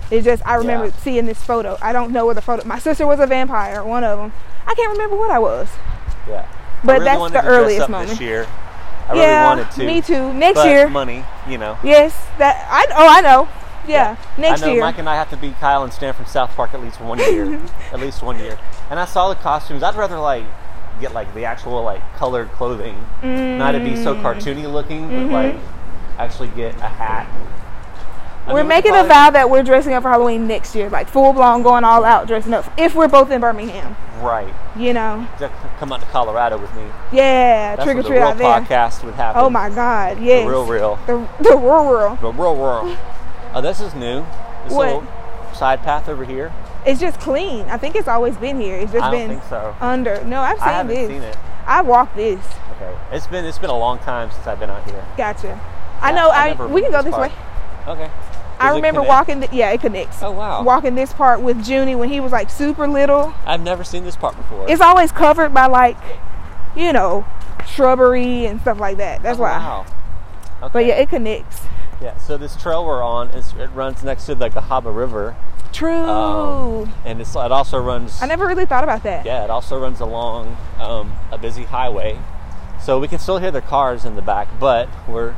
S2: It's just I remember
S1: Yeah.
S2: seeing this photo. I don't know what the photo. My sister was a vampire, one of them. I can't remember what I was.
S1: Yeah.
S2: But
S1: I really
S2: that's
S1: wanted
S2: the
S1: to dress
S2: earliest
S1: up
S2: moment.
S1: This year, I
S2: yeah,
S1: really wanted to.
S2: me too. Next
S1: but
S2: year,
S1: money, you know.
S2: yes, that I oh I know, yeah, next
S1: I know
S2: year.
S1: Mike and I have to beat Kyle and Stan from South Park at least one year. at least one year. And I saw the costumes. I'd rather like get like the actual like colored clothing.
S2: Mm-hmm. Mm.
S1: Not to be so cartoony looking, but like actually get a hat. I
S2: we're
S1: mean, we could
S2: making a
S1: probably-
S2: vow that we're dressing up for Halloween next year, like full blown, going all out, dressing up. If we're both in Birmingham,
S1: Right.
S2: you know,
S1: To come out to Colorado with me.
S2: yeah,
S1: That's
S2: trick or
S1: where the
S2: treat
S1: real
S2: out there.
S1: podcast would happen.
S2: Oh my God,
S1: The
S2: yes,
S1: real real.
S2: the the real world.
S1: The real world. Oh, this is new. This
S2: What?
S1: little side path over here.
S2: It's just clean. I think it's always been here. It's just
S1: I don't
S2: been
S1: think so.
S2: under. No, I've seen
S1: I haven't
S2: this.
S1: seen it.
S2: I walked this.
S1: Okay. It's been it's been a long time since I've been out here.
S2: Gotcha. I
S1: Yeah,
S2: know.
S1: I
S2: I,
S1: never
S2: we can go
S1: remember
S2: this
S1: this
S2: way.
S1: Okay.
S2: I
S1: Does it
S2: remember
S1: connect?
S2: walking. The, yeah, it connects.
S1: Oh wow.
S2: Walking this part with Junie when he was like super little.
S1: I've never seen this part before.
S2: It's always covered by like, you know, shrubbery and stuff like that. That's
S1: Oh,
S2: why.
S1: Wow. Okay.
S2: But yeah, it connects.
S1: Yeah, So this trail we're on, is, it runs next to the Cahaba River,
S2: True.
S1: um, and it's, it also runs.
S2: I never really thought about that.
S1: Yeah, it also runs along um, a busy highway, so we can still hear the cars in the back, but we're,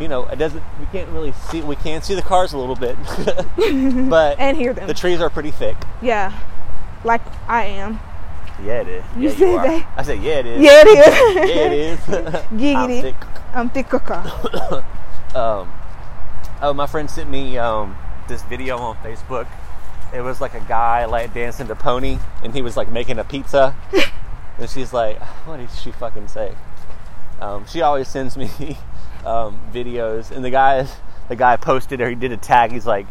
S1: you know, it doesn't. We can't really see. We can see the cars a little bit, but
S2: And hear them.
S1: the trees are pretty thick.
S2: yeah. Like I am.
S1: Yeah, it is.
S2: You
S1: yeah,
S2: said
S1: are.
S2: that.
S1: I said, yeah, it is.
S2: Yeah, it is.
S1: Yeah, it is. I'm
S2: Giggity.
S1: thick.
S2: I'm thick caca.
S1: um, oh, my friend sent me um, this video on Facebook. It was like a guy like dancing to Pony, and he was like making a pizza. and she's like, "What did she fucking say?" Um, she always sends me um, videos, and the guy the guy posted or he did a tag. He's like,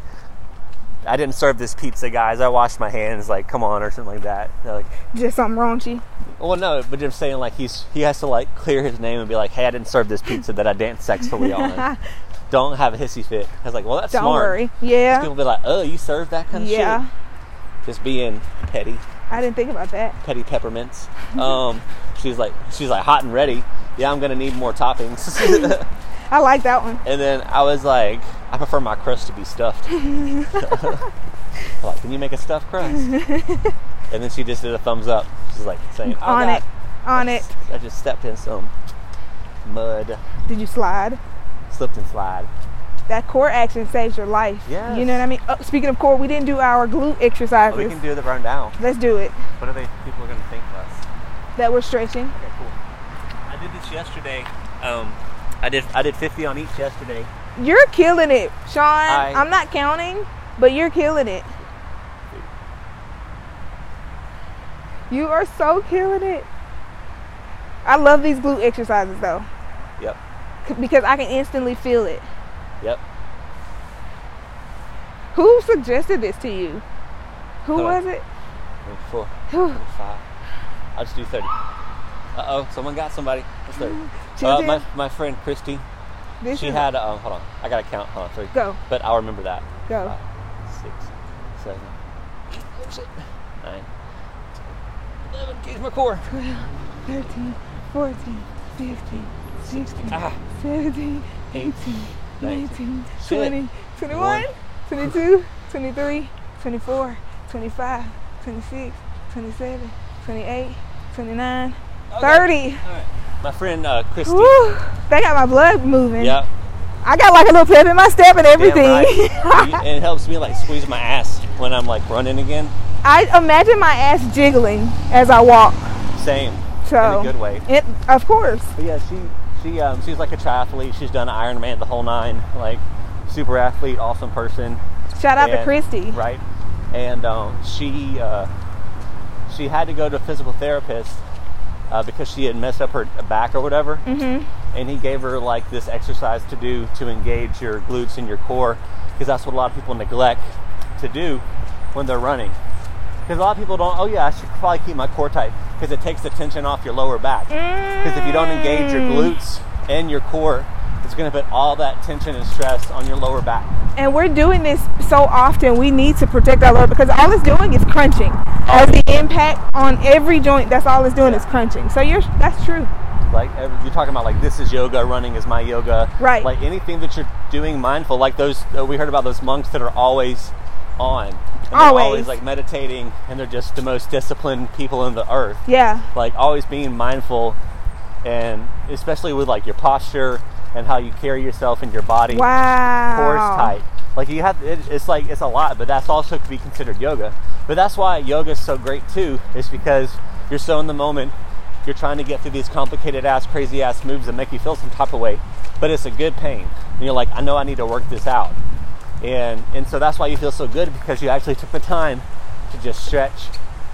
S1: "I didn't serve this pizza, guys. I washed my hands." Like, come on, or something like that. And they're like,
S2: Just something raunchy.
S1: well, no, but just saying like he's he has to like clear his name and be like, "Hey, I didn't serve this pizza that I danced sexually on. Don't have a hissy fit." I was like, "Well, that's
S2: Don't
S1: smart."
S2: worry.
S1: 'Cause
S2: Yeah.
S1: People be like, "Oh, you serve that kind of
S2: Yeah.
S1: shit." Just being petty.
S2: I didn't think about that.
S1: petty peppermints. Um, she's like, she's like hot and ready. Yeah, I'm gonna need more toppings.
S2: I like that one.
S1: and then I was like, I prefer my crust to be stuffed. I'm like, can you make a stuffed crust? and then she just did a thumbs up. She's like saying, I
S2: on
S1: got-
S2: it. On it.
S1: I just stepped in some mud,
S2: Did you slide?
S1: slipped and slide.
S2: That core action saves your life.
S1: Yes.
S2: You know what I mean? Oh, speaking of core, we didn't do our glute
S1: Oh, we
S2: exercises.
S1: can do the burn down.
S2: Let's do it.
S1: What are they? People are gonna think of us.
S2: That we're stretching.
S1: Okay, cool. I did this yesterday. Um, I did I did 50 on each yesterday.
S2: You're killing it, Sean.
S1: I-
S2: I'm not counting, but you're killing it. You are so killing it. I love these glute exercises though,
S1: Yep.
S2: c- because I can instantly feel it.
S1: Yep.
S2: Who suggested this to you? Who
S1: Hold on.
S2: was it?
S1: I'm full.
S2: Who?
S1: 25. I'll just do 30. Uh oh, someone got somebody. That's 30.
S2: Chill
S1: Uh,
S2: down.
S1: my, my friend Christy,
S2: This
S1: she
S2: is-
S1: had, um, hold on, I gotta count. Hold on, three.
S2: Go,
S1: But I'll remember that.
S2: go.
S1: Five, six, seven, eight, nine, 10, 11. Use my core.
S2: 13, 14, 15, 16,
S1: Ah,
S2: 17, 18,
S1: Eight, 19.
S2: 19,
S1: Shit.
S2: 20, 21, 22, 23, 24, 25, 26, 27, 28, 29, 30.
S1: All right. My friend uh, Christy.
S2: Woo! They got my blood moving.
S1: Yeah.
S2: I got like a little pep in my step and
S1: damn
S2: everything.
S1: right. And it helps me like squeeze my ass when I'm like running again.
S2: I imagine my ass jiggling as I walk.
S1: Same.
S2: So,
S1: In a good way.
S2: It, of course.
S1: But yeah, she she um, she's like a triathlete. She's done Ironman, the whole nine. Like super athlete, awesome person,
S2: Shout out to
S1: Yeah.
S2: Christy.
S1: right? And um, she uh, she had to go to a physical therapist uh, because she had messed up her back or whatever. Mm-hmm. And he gave her like this exercise to do to engage your glutes and your core because that's what a lot of people neglect to do when they're running. Because a lot of people don't. Oh yeah, I should probably keep my core tight because it takes the tension off your lower back.
S2: Mm.
S1: Because if you don't engage your glutes and your core, it's going to put all that tension and stress on your lower back.
S2: and we're doing this so often we need to protect our lower because all it's doing is crunching as the impact on every joint that's all it's doing is crunching so you're that's true
S1: Like every, you're talking about, like this is yoga, running is my yoga.
S2: Right.
S1: Like anything that you're doing mindful, like those uh, we heard about those monks that are always on, and they're
S2: Always.
S1: always like meditating, and they're just the most disciplined people on the earth.
S2: yeah
S1: like always being mindful and especially with like your posture and how you carry yourself and your body
S2: wow
S1: core is tight like you have it, it's like it's a lot but that's also could be considered yoga but that's why yoga is so great too is because you're so in the moment you're trying to get through these complicated ass crazy ass moves that make you feel some type of way but it's a good pain and you're like i know i need to work this out and and so that's why you feel so good because you actually took the time to just stretch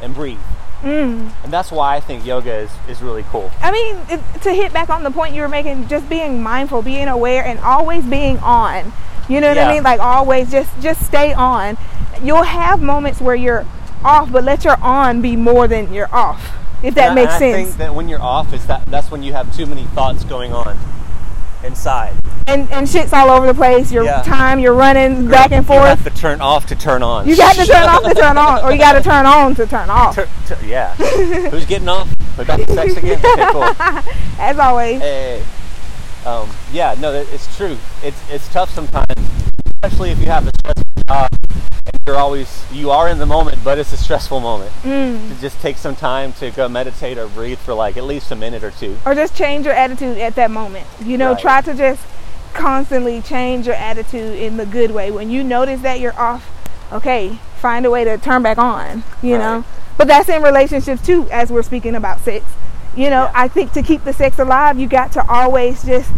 S1: and breathe
S2: Mm.
S1: and that's why I think yoga is, is really cool.
S2: i mean it, to hit back on the point you were making just being mindful being aware and always being on you know what i
S1: Yeah.
S2: mean like always just just stay on you'll have moments where you're off but let your on be more than your off if
S1: And
S2: that
S1: I-
S2: makes
S1: and I
S2: sense
S1: think that when you're off, is that that's when you have too many thoughts going on inside.
S2: and and shit's all over the place your
S1: Yeah.
S2: time you're running back and
S1: You
S2: forth
S1: have to turn off to turn on.
S2: You got to turn off to turn on, or you got to turn on to turn off.
S1: Tur- tur- yeah. Who's getting off? We're back to sex again. Okay, cool.
S2: As always,
S1: Hey, um, yeah, no, that- it's true. It's it's tough sometimes, especially if you have a stressful job and you're always you are in the moment, but it's a stressful moment.
S2: Mm.
S1: To just take some time to go meditate or breathe for like at least a minute or two.
S2: or just change your attitude at that moment. You know,
S1: Right.
S2: try to just constantly change your attitude in the good way. When you notice that you're off, okay, find a way to turn back on. You know,
S1: Right.
S2: but that's in relationships too, as we're speaking about sex. You know,
S1: Yeah.
S2: I think to keep the sex alive, you got to always just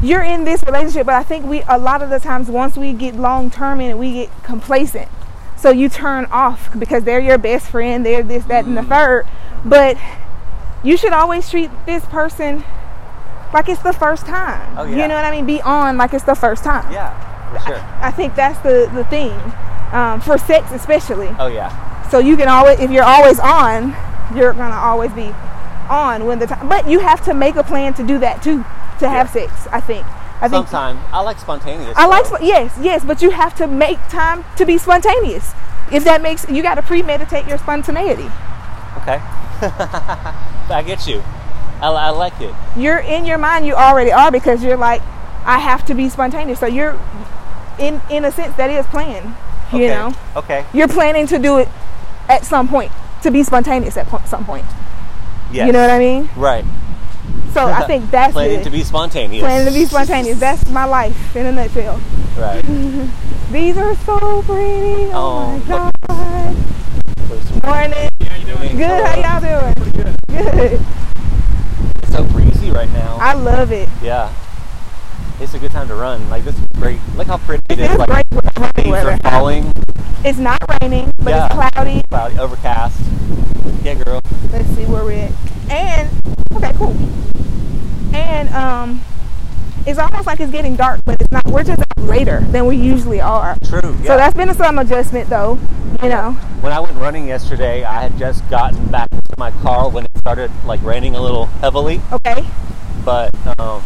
S2: you're in this relationship, but I think we a lot of the times once we get long term in it, we get complacent. So you turn off because they're your best friend, they're
S1: Mm.
S2: this, that, and the third. But you should always treat this person like it's the first time.
S1: Oh, yeah.
S2: You know what I mean? Be on like it's the first time.
S1: Yeah, for sure.
S2: I think that's the, the thing um, for sex, especially.
S1: Oh yeah,
S2: So you can always, if you're always on, you're gonna always be on when the time. But you have to make a plan to do that too, to have sex. I think. I think.
S1: sometime I like spontaneous.
S2: I like
S1: though.
S2: sp- yes, yes, but you have to make time to be spontaneous. If that makes you got to premeditate your spontaneity.
S1: Okay. I get you. I, I like it.
S2: You're in your mind. You already are because you're like, I have to be spontaneous. So you're, in in a sense, that is planned. You
S1: Okay.
S2: know,
S1: Okay.
S2: you're planning to do it at some point to be spontaneous at po- some point.
S1: Yes.
S2: You know what I mean?
S1: Right.
S2: So I think that's
S1: Planning
S2: it.
S1: to be spontaneous.
S2: planning to be spontaneous. That's my life in a nutshell.
S1: Right.
S2: These are so pretty.
S1: Oh,
S2: Oh, my
S1: look.
S2: god. Morning. Good. How y'all doing? Good.
S1: It's so breezy right now.
S2: I love it.
S1: yeah. It's a good time to run. Like this is great. Look how pretty it
S2: It's
S1: is. Like
S2: great with rainy
S1: leaves are
S2: weather.
S1: falling.
S2: It's not raining, but it's
S1: Yeah.
S2: cloudy.
S1: Cloudy, overcast. Yeah, girl.
S2: Let's see where we're at. And okay, cool. And um, it's almost like it's getting dark, but it's not. We're just out later than we usually are.
S1: True. Yeah.
S2: So that's been some adjustment, though. You know.
S1: when I went running yesterday, I had just gotten back to my car when it started like raining a little heavily.
S2: Okay.
S1: but um,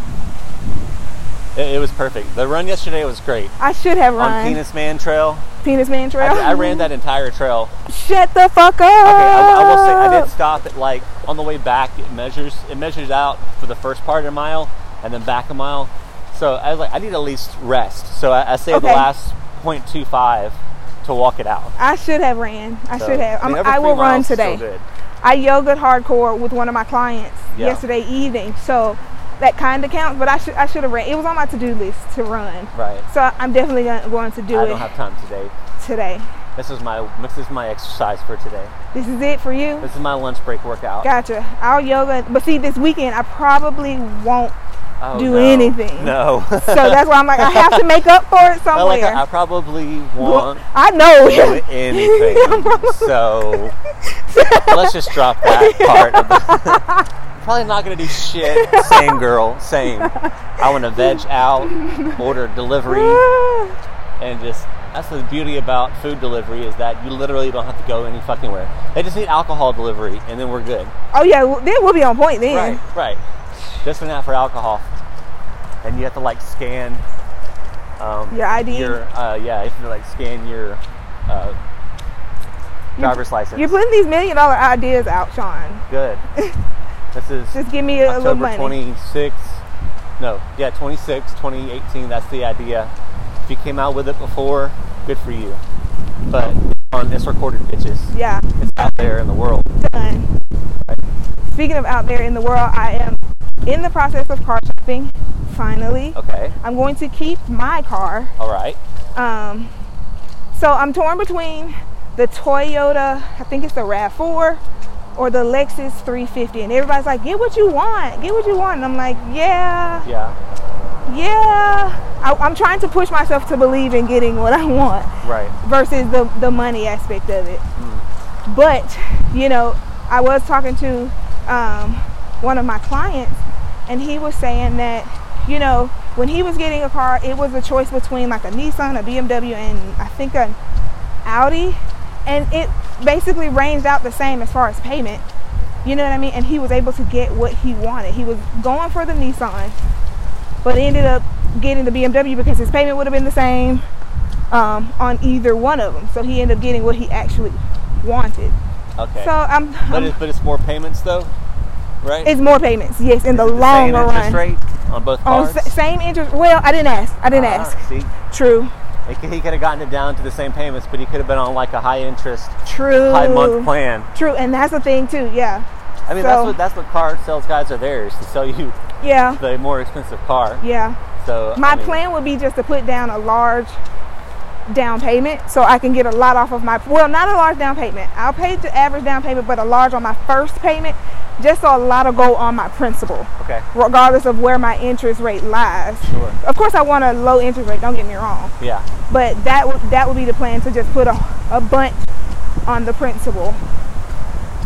S1: it, it was perfect. The run yesterday was great
S2: I should have run.
S1: on Penis Man Trail.
S2: Penis man
S1: I,
S2: trail.
S1: I ran that entire trail.
S2: Shut the fuck up. Okay,
S1: Okay, I, I will say I did stop at like on the way back. It measures it measures out for the first part of a mile and then back a mile. So I was like, I need at least rest. So I, I saved the
S2: Okay.
S1: last 0.25 to walk it out.
S2: I should have ran. I
S1: So,
S2: should have.
S1: I mean,
S2: I'm,
S1: every
S2: I
S1: three
S2: will run
S1: miles is still
S2: today.
S1: good.
S2: I yogaed hardcore with one of my clients
S1: Yeah.
S2: yesterday evening, so that kind of counts. But I should I should have ran. It was on my to do list to run,
S1: Right.
S2: so I'm definitely gonna, going to do
S1: I
S2: it
S1: don't have time today.
S2: today.
S1: This is my this is my exercise for today.
S2: This is it for you.
S1: This is my lunch break workout.
S2: Gotcha. I'll yoga, but see, this weekend I probably won't.
S1: Oh,
S2: do
S1: no.
S2: anything.
S1: No.
S2: So that's why I'm like I have to make up for it
S1: I
S2: somewhere.
S1: like I probably won't
S2: I know.
S1: do anything. so let's just drop that part. Of the, probably not gonna do shit. Same girl, same. I want to veg out, order delivery, and just that's the beauty about food delivery is that you literally don't have to go any fucking where. They just need alcohol delivery, and then we're good.
S2: oh yeah, well, then we'll be on point then.
S1: Right, right. Just an app for alcohol, and you have to like scan um,
S2: Your ID?
S1: Your uh, yeah, you have to like scan your uh, driver's license.
S2: You're putting these million dollar ideas out, Sean.
S1: Good. this is
S2: Just give me a
S1: October
S2: little money.
S1: 26. No, yeah, 26, 2018. That's the idea. If you came out with it before, good for you. But on this recorded bitches,
S2: Yeah,
S1: it's out there in the world.
S2: done. Speaking of out there in the world, I am in the process of car shopping. Finally,
S1: Okay.
S2: I'm going to keep my car.
S1: All right.
S2: Um, so I'm torn between the Toyota, I think it's the Rav4, or the Lexus 350. And everybody's like, get what you want, get what you want. And I'm like, yeah,
S1: Yeah.
S2: yeah. I, I'm trying to push myself to believe in getting what I want.
S1: Right.
S2: versus the, the money aspect of it. But, you know, I was talking to um, one of my clients, and he was saying that, you know, when he was getting a car, it was a choice between like a Nissan, a BMW, and I think an Audi. And it basically ranged out the same as far as payment. You know what I mean? And he was able to get what he wanted. He was going for the Nissan, but ended up getting the BMW because his payment would have been the same um, on either one of them. So he ended up getting what he actually wanted.
S1: Okay.
S2: So I'm,
S1: But
S2: I'm-
S1: it's, but it's more payments though, right?
S2: it's more payments, yes, in the
S1: Is it
S2: longer
S1: same interest
S2: run.
S1: rate on both
S2: On
S1: cars.
S2: sa- same interest. Well, I didn't ask. I didn't
S1: Ah,
S2: ask.
S1: See,
S2: True.
S1: It could- he could have gotten it down to the same payments, but he could have been on like a high interest,
S2: True.
S1: high month plan.
S2: True, and that's the thing too. Yeah.
S1: I mean,
S2: So-
S1: that's what that's what car sales guys are there is to sell you
S2: Yeah.
S1: the more expensive car.
S2: Yeah.
S1: So I
S2: My
S1: mean,
S2: plan would be just to put down a large down payment so I can get a lot off of my well, not a large down payment. I'll pay the average down payment, but a large on my first payment, just so a lot will go on my principal,
S1: Okay,
S2: regardless of where my interest rate lies.
S1: sure.
S2: Of course, I want a low interest rate. Don't get me wrong,
S1: Yeah,
S2: but that would that would be the plan to just put a, a bunch on the principal.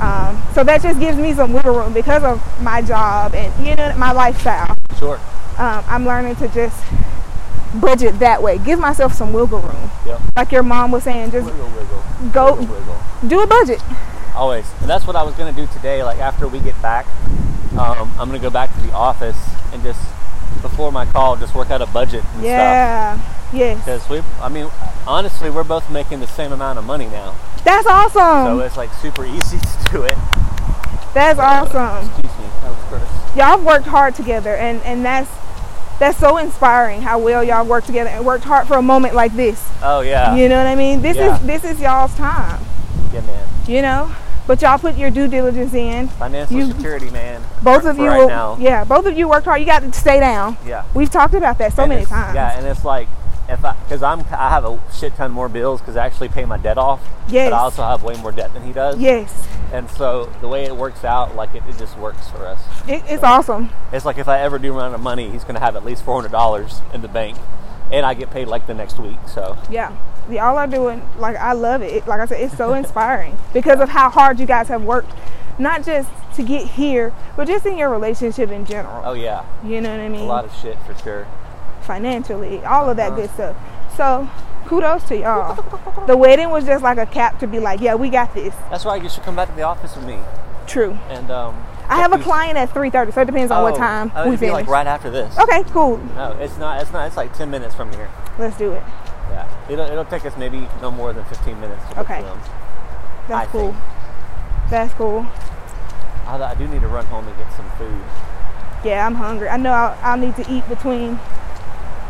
S2: Um, so that just gives me some wiggle room because of my job and you know my lifestyle.
S1: Sure.
S2: Um, I'm learning to just budget that way. Give myself some wiggle room.
S1: Yep.
S2: Like your mom was saying, just
S1: Wiggle, wiggle.
S2: Go-
S1: Wiggle, wiggle.
S2: do a budget.
S1: Always. And that's what I was going to do today. Like, after we get back, um, I'm going to go back to the office and just, before my call, just work out a budget and stuff.
S2: Yeah. Yes.
S1: Because we, I mean, honestly, we're both making the same amount of money now.
S2: That's
S1: So
S2: awesome.
S1: it's like super easy to do it.
S2: That's awesome.
S1: Excuse me. That was gross.
S2: Y'all have worked hard together and, and that's that's so inspiring how well y'all work together and worked hard for a moment like this.
S1: Oh, yeah.
S2: You know what I mean? This
S1: Yeah.
S2: is this is y'all's time,
S1: Yeah, man.
S2: you know? But y'all put your due diligence in.
S1: Financial
S2: You-
S1: security, man.
S2: Both
S1: for
S2: of you
S1: right
S2: will-
S1: now.
S2: Yeah, both of you worked hard. You got to stay down.
S1: Yeah.
S2: We've talked about that so
S1: And
S2: many
S1: it's-
S2: times.
S1: Yeah, and it's like if I because I'm I have a shit ton more bills because I actually pay my debt off.
S2: Yes.
S1: But I also have way more debt than he does.
S2: Yes.
S1: And so the way it works out, like it, it just works for us.
S2: It, it's awesome.
S1: It's like if I ever do run out of money, he's gonna have at least four hundred dollars in the bank, and I get paid like the next week. So
S2: Yeah. Y'all are doing like I love it. it. Like I said, it's so inspiring because of how hard you guys have worked, not just to get here, but just in your relationship in general.
S1: oh yeah,
S2: You know what I mean?
S1: a lot of shit for sure.
S2: Financially, all of that
S1: Uh-huh.
S2: good stuff. So kudos to y'all. the wedding was just like a cap to be like, yeah, we got this.
S1: That's why you should come back to the office with me.
S2: True.
S1: And um,
S2: I have a
S1: these-
S2: client at 3:30, so it depends on
S1: Oh,
S2: what time Oh.
S1: oh,
S2: we
S1: it'd be
S2: finish.
S1: like right after this.
S2: Okay, cool.
S1: No, it's not. It's not. It's like ten minutes from here.
S2: Let's do it.
S1: Yeah, it'll, it'll take us maybe no more than fifteen minutes to get
S2: Okay.
S1: to them.
S2: That's
S1: I
S2: cool.
S1: think.
S2: That's cool.
S1: Although I do need to run home and get some food.
S2: Yeah, I'm hungry. I know I'll, I'll need to eat between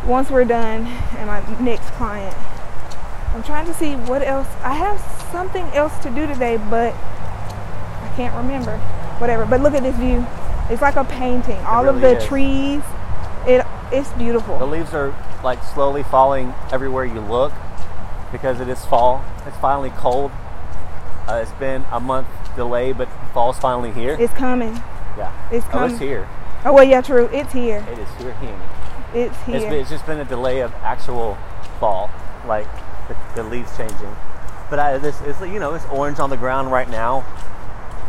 S2: once we're done and my next client. I'm trying to see what else. I have something else to do today, but I can't remember. Whatever. But look at this view. It's like a painting. All of
S1: really
S2: the
S1: is.
S2: trees. It it's
S1: The
S2: beautiful.
S1: leaves are like slowly falling everywhere you look because it is fall. It's finally cold. Uh, it's been a month delay, but fall's finally here.
S2: It's coming.
S1: yeah.
S2: It's
S1: oh, it's
S2: coming.
S1: here.
S2: Oh well, yeah, true. It's here.
S1: It is here. Here.
S2: It's
S1: It's, been,
S2: here.
S1: it's just been a delay of actual fall, like the, the leaves changing. But I, this, it's you know, it's orange on the ground right now.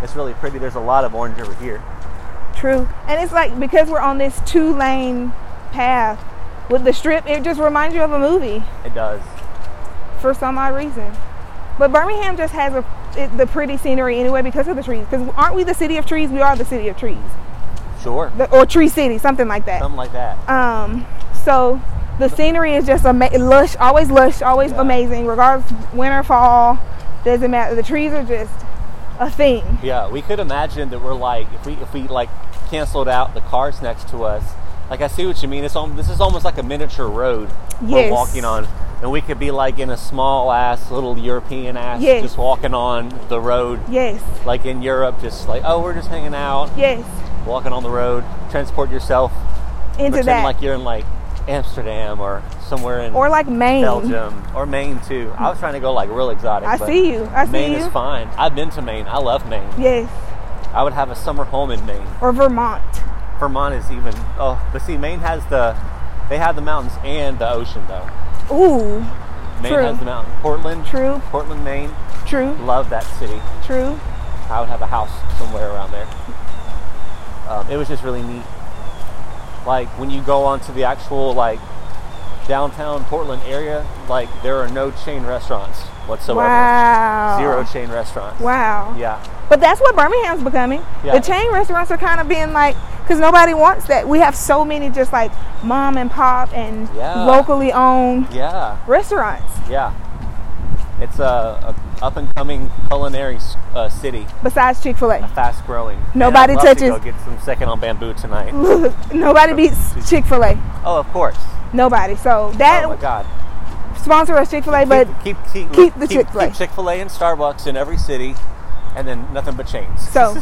S1: It's really pretty. There's a lot of orange over here.
S2: True. And it's like because we're on this two-lane path with the strip, it just reminds you of a movie.
S1: It does.
S2: for some odd reason. But Birmingham just has a, it, the pretty scenery anyway because of the trees. Because aren't we the city of trees? We are the city of trees,
S1: Sure.
S2: the, or tree city, something like that.
S1: Something like that.
S2: Um, so the scenery is just ama- lush, always lush, always
S1: Yeah.
S2: amazing, regardless of winter, fall, doesn't matter. The trees are just a thing.
S1: Yeah, we could imagine that we're like if we if we like canceled out the cars next to us. Like I see what you mean. It's al- this is almost like a miniature road
S2: Yes.
S1: we're walking on, and we could be like in a small ass little European ass
S2: Yes.
S1: just walking on the road,
S2: Yes,
S1: like in Europe, just like oh we're just hanging out,
S2: yes,
S1: walking on the road. Transport yourself
S2: into
S1: pretend
S2: that,
S1: like you're in like Amsterdam or somewhere in
S2: or like Maine.
S1: Belgium or Maine too. I was trying to go like real exotic.
S2: I
S1: but
S2: see you. I see
S1: Maine
S2: you.
S1: is fine. I've been to Maine. I love Maine.
S2: Yes,
S1: I would have a summer home in Maine.
S2: or Vermont.
S1: Vermont is even. Oh, but see, Maine has the. They have the mountains and the ocean, though.
S2: Ooh,
S1: Maine
S2: True.
S1: has the mountain. Portland.
S2: True.
S1: Portland, Maine.
S2: true,
S1: Love that city.
S2: true.
S1: I would have a house somewhere around there. Um, it was just really neat. Like when you go onto the actual like downtown Portland area, like there are no chain restaurants whatsoever.
S2: Wow.
S1: Zero chain restaurants.
S2: Wow.
S1: Yeah.
S2: But that's what Birmingham's becoming.
S1: Yeah.
S2: The chain restaurants are kind of being like, because nobody wants that. We have so many just like mom and pop and
S1: Yeah.
S2: locally owned
S1: Yeah.
S2: restaurants.
S1: Yeah. It's a, a up and coming culinary s- uh, city.
S2: Besides Chick Fil A,
S1: fast growing.
S2: Nobody
S1: Man, I'd love
S2: touches- Mm.
S1: To go get some second on bamboo tonight.
S2: nobody beats Chick Fil A.
S1: Oh, of course.
S2: Nobody. So that
S1: oh my God.
S2: sponsor us Chick Fil A, but
S1: keep keep
S2: keep the
S1: keep,
S2: Chick-fil-A.
S1: Keep Chick-fil-A and Starbucks in every city, and then nothing but chains.
S2: So,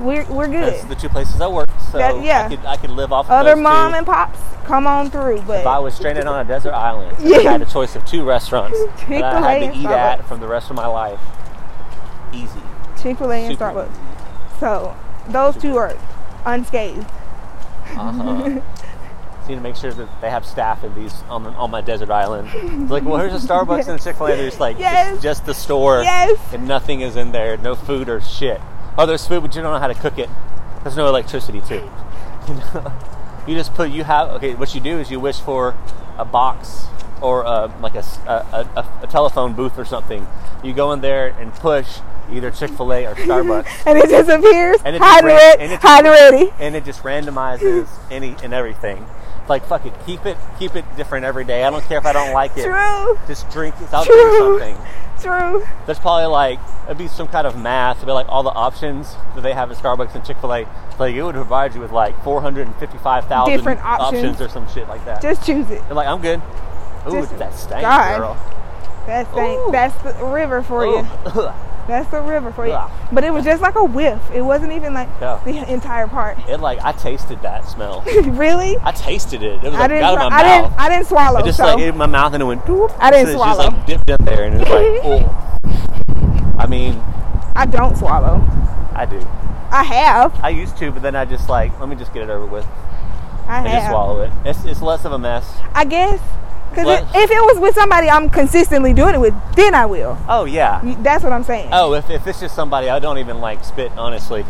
S2: we're we're good.
S1: that's the two places I work. So
S2: That- yeah.
S1: I could I could live off of
S2: Other
S1: those
S2: mom
S1: two.
S2: and pops, come on through.
S1: If I
S2: But
S1: was stranded on a desert island, and
S2: Yeah.
S1: I had a choice of two restaurants that I
S2: Chick-fil-A
S1: had
S2: and
S1: to eat
S2: Starbucks.
S1: at from the rest of my life. Easy.
S2: Chick Fil A and
S1: Super
S2: Starbucks. So those two are unscathed.
S1: Uh-huh. Just Need to make sure that they have staff in these on, on my desert island. It's like, well, here's a Starbucks and a Chick Fil A. There's like
S2: Yes.
S1: it's just the store,
S2: Yes.
S1: and nothing is in there. No food or shit. Oh, there's food, but you don't know how to cook it. There's no electricity too. You know? You just put you have okay. What you do is you wish for a box or a, like a, s- a- a- a telephone booth or something. You go in there and push either Chick Fil A or Starbucks,
S2: and it just appears
S1: And it just
S2: hiding
S1: ran-
S2: it,
S1: and it just-
S2: hiding ready.
S1: and it just randomizes any and everything. It's like fuck it, keep it keep it different every day. I don't care if I don't like it.
S2: True,
S1: Just drink. I'll
S2: True.
S1: drink something.
S2: true.
S1: There's probably like it'd be some kind of math to be like all the options that they have at Starbucks and Chick Fil A. Like it would provide you with like 455,000
S2: Different options.
S1: or some shit like that.
S2: Just choose it.
S1: They're like, I'm good. Ooh,
S2: Just-
S1: it's that stank,
S2: God.
S1: girl.
S2: That's the,
S1: Ooh.
S2: that's the river for you.
S1: Ooh.
S2: That's the river for you.
S1: Ugh.
S2: But it was just like a whiff. It wasn't even like
S1: Yeah.
S2: the entire part.
S1: It like I tasted that smell.
S2: really?
S1: I tasted it. It was
S2: I
S1: like
S2: didn't.
S1: out of
S2: swa-
S1: my
S2: I
S1: mouth.
S2: didn't. I didn't swallow.
S1: it just
S2: so
S1: like in my mouth and it went. Doop,
S2: I didn't
S1: so It
S2: swallow.
S1: just like dipped in there and it was like, oh. I mean,
S2: I don't swallow.
S1: I do.
S2: I have.
S1: I used to, but then I just like let me just get it over with.
S2: I
S1: I just
S2: have.
S1: swallow it. It's, it's less of a mess.
S2: I guess. Because
S1: What?
S2: if it was with somebody I'm consistently doing it with, then I will.
S1: Oh yeah.
S2: You- That's what I'm saying.
S1: Oh, if, if it's just somebody I don't even like spit, honestly,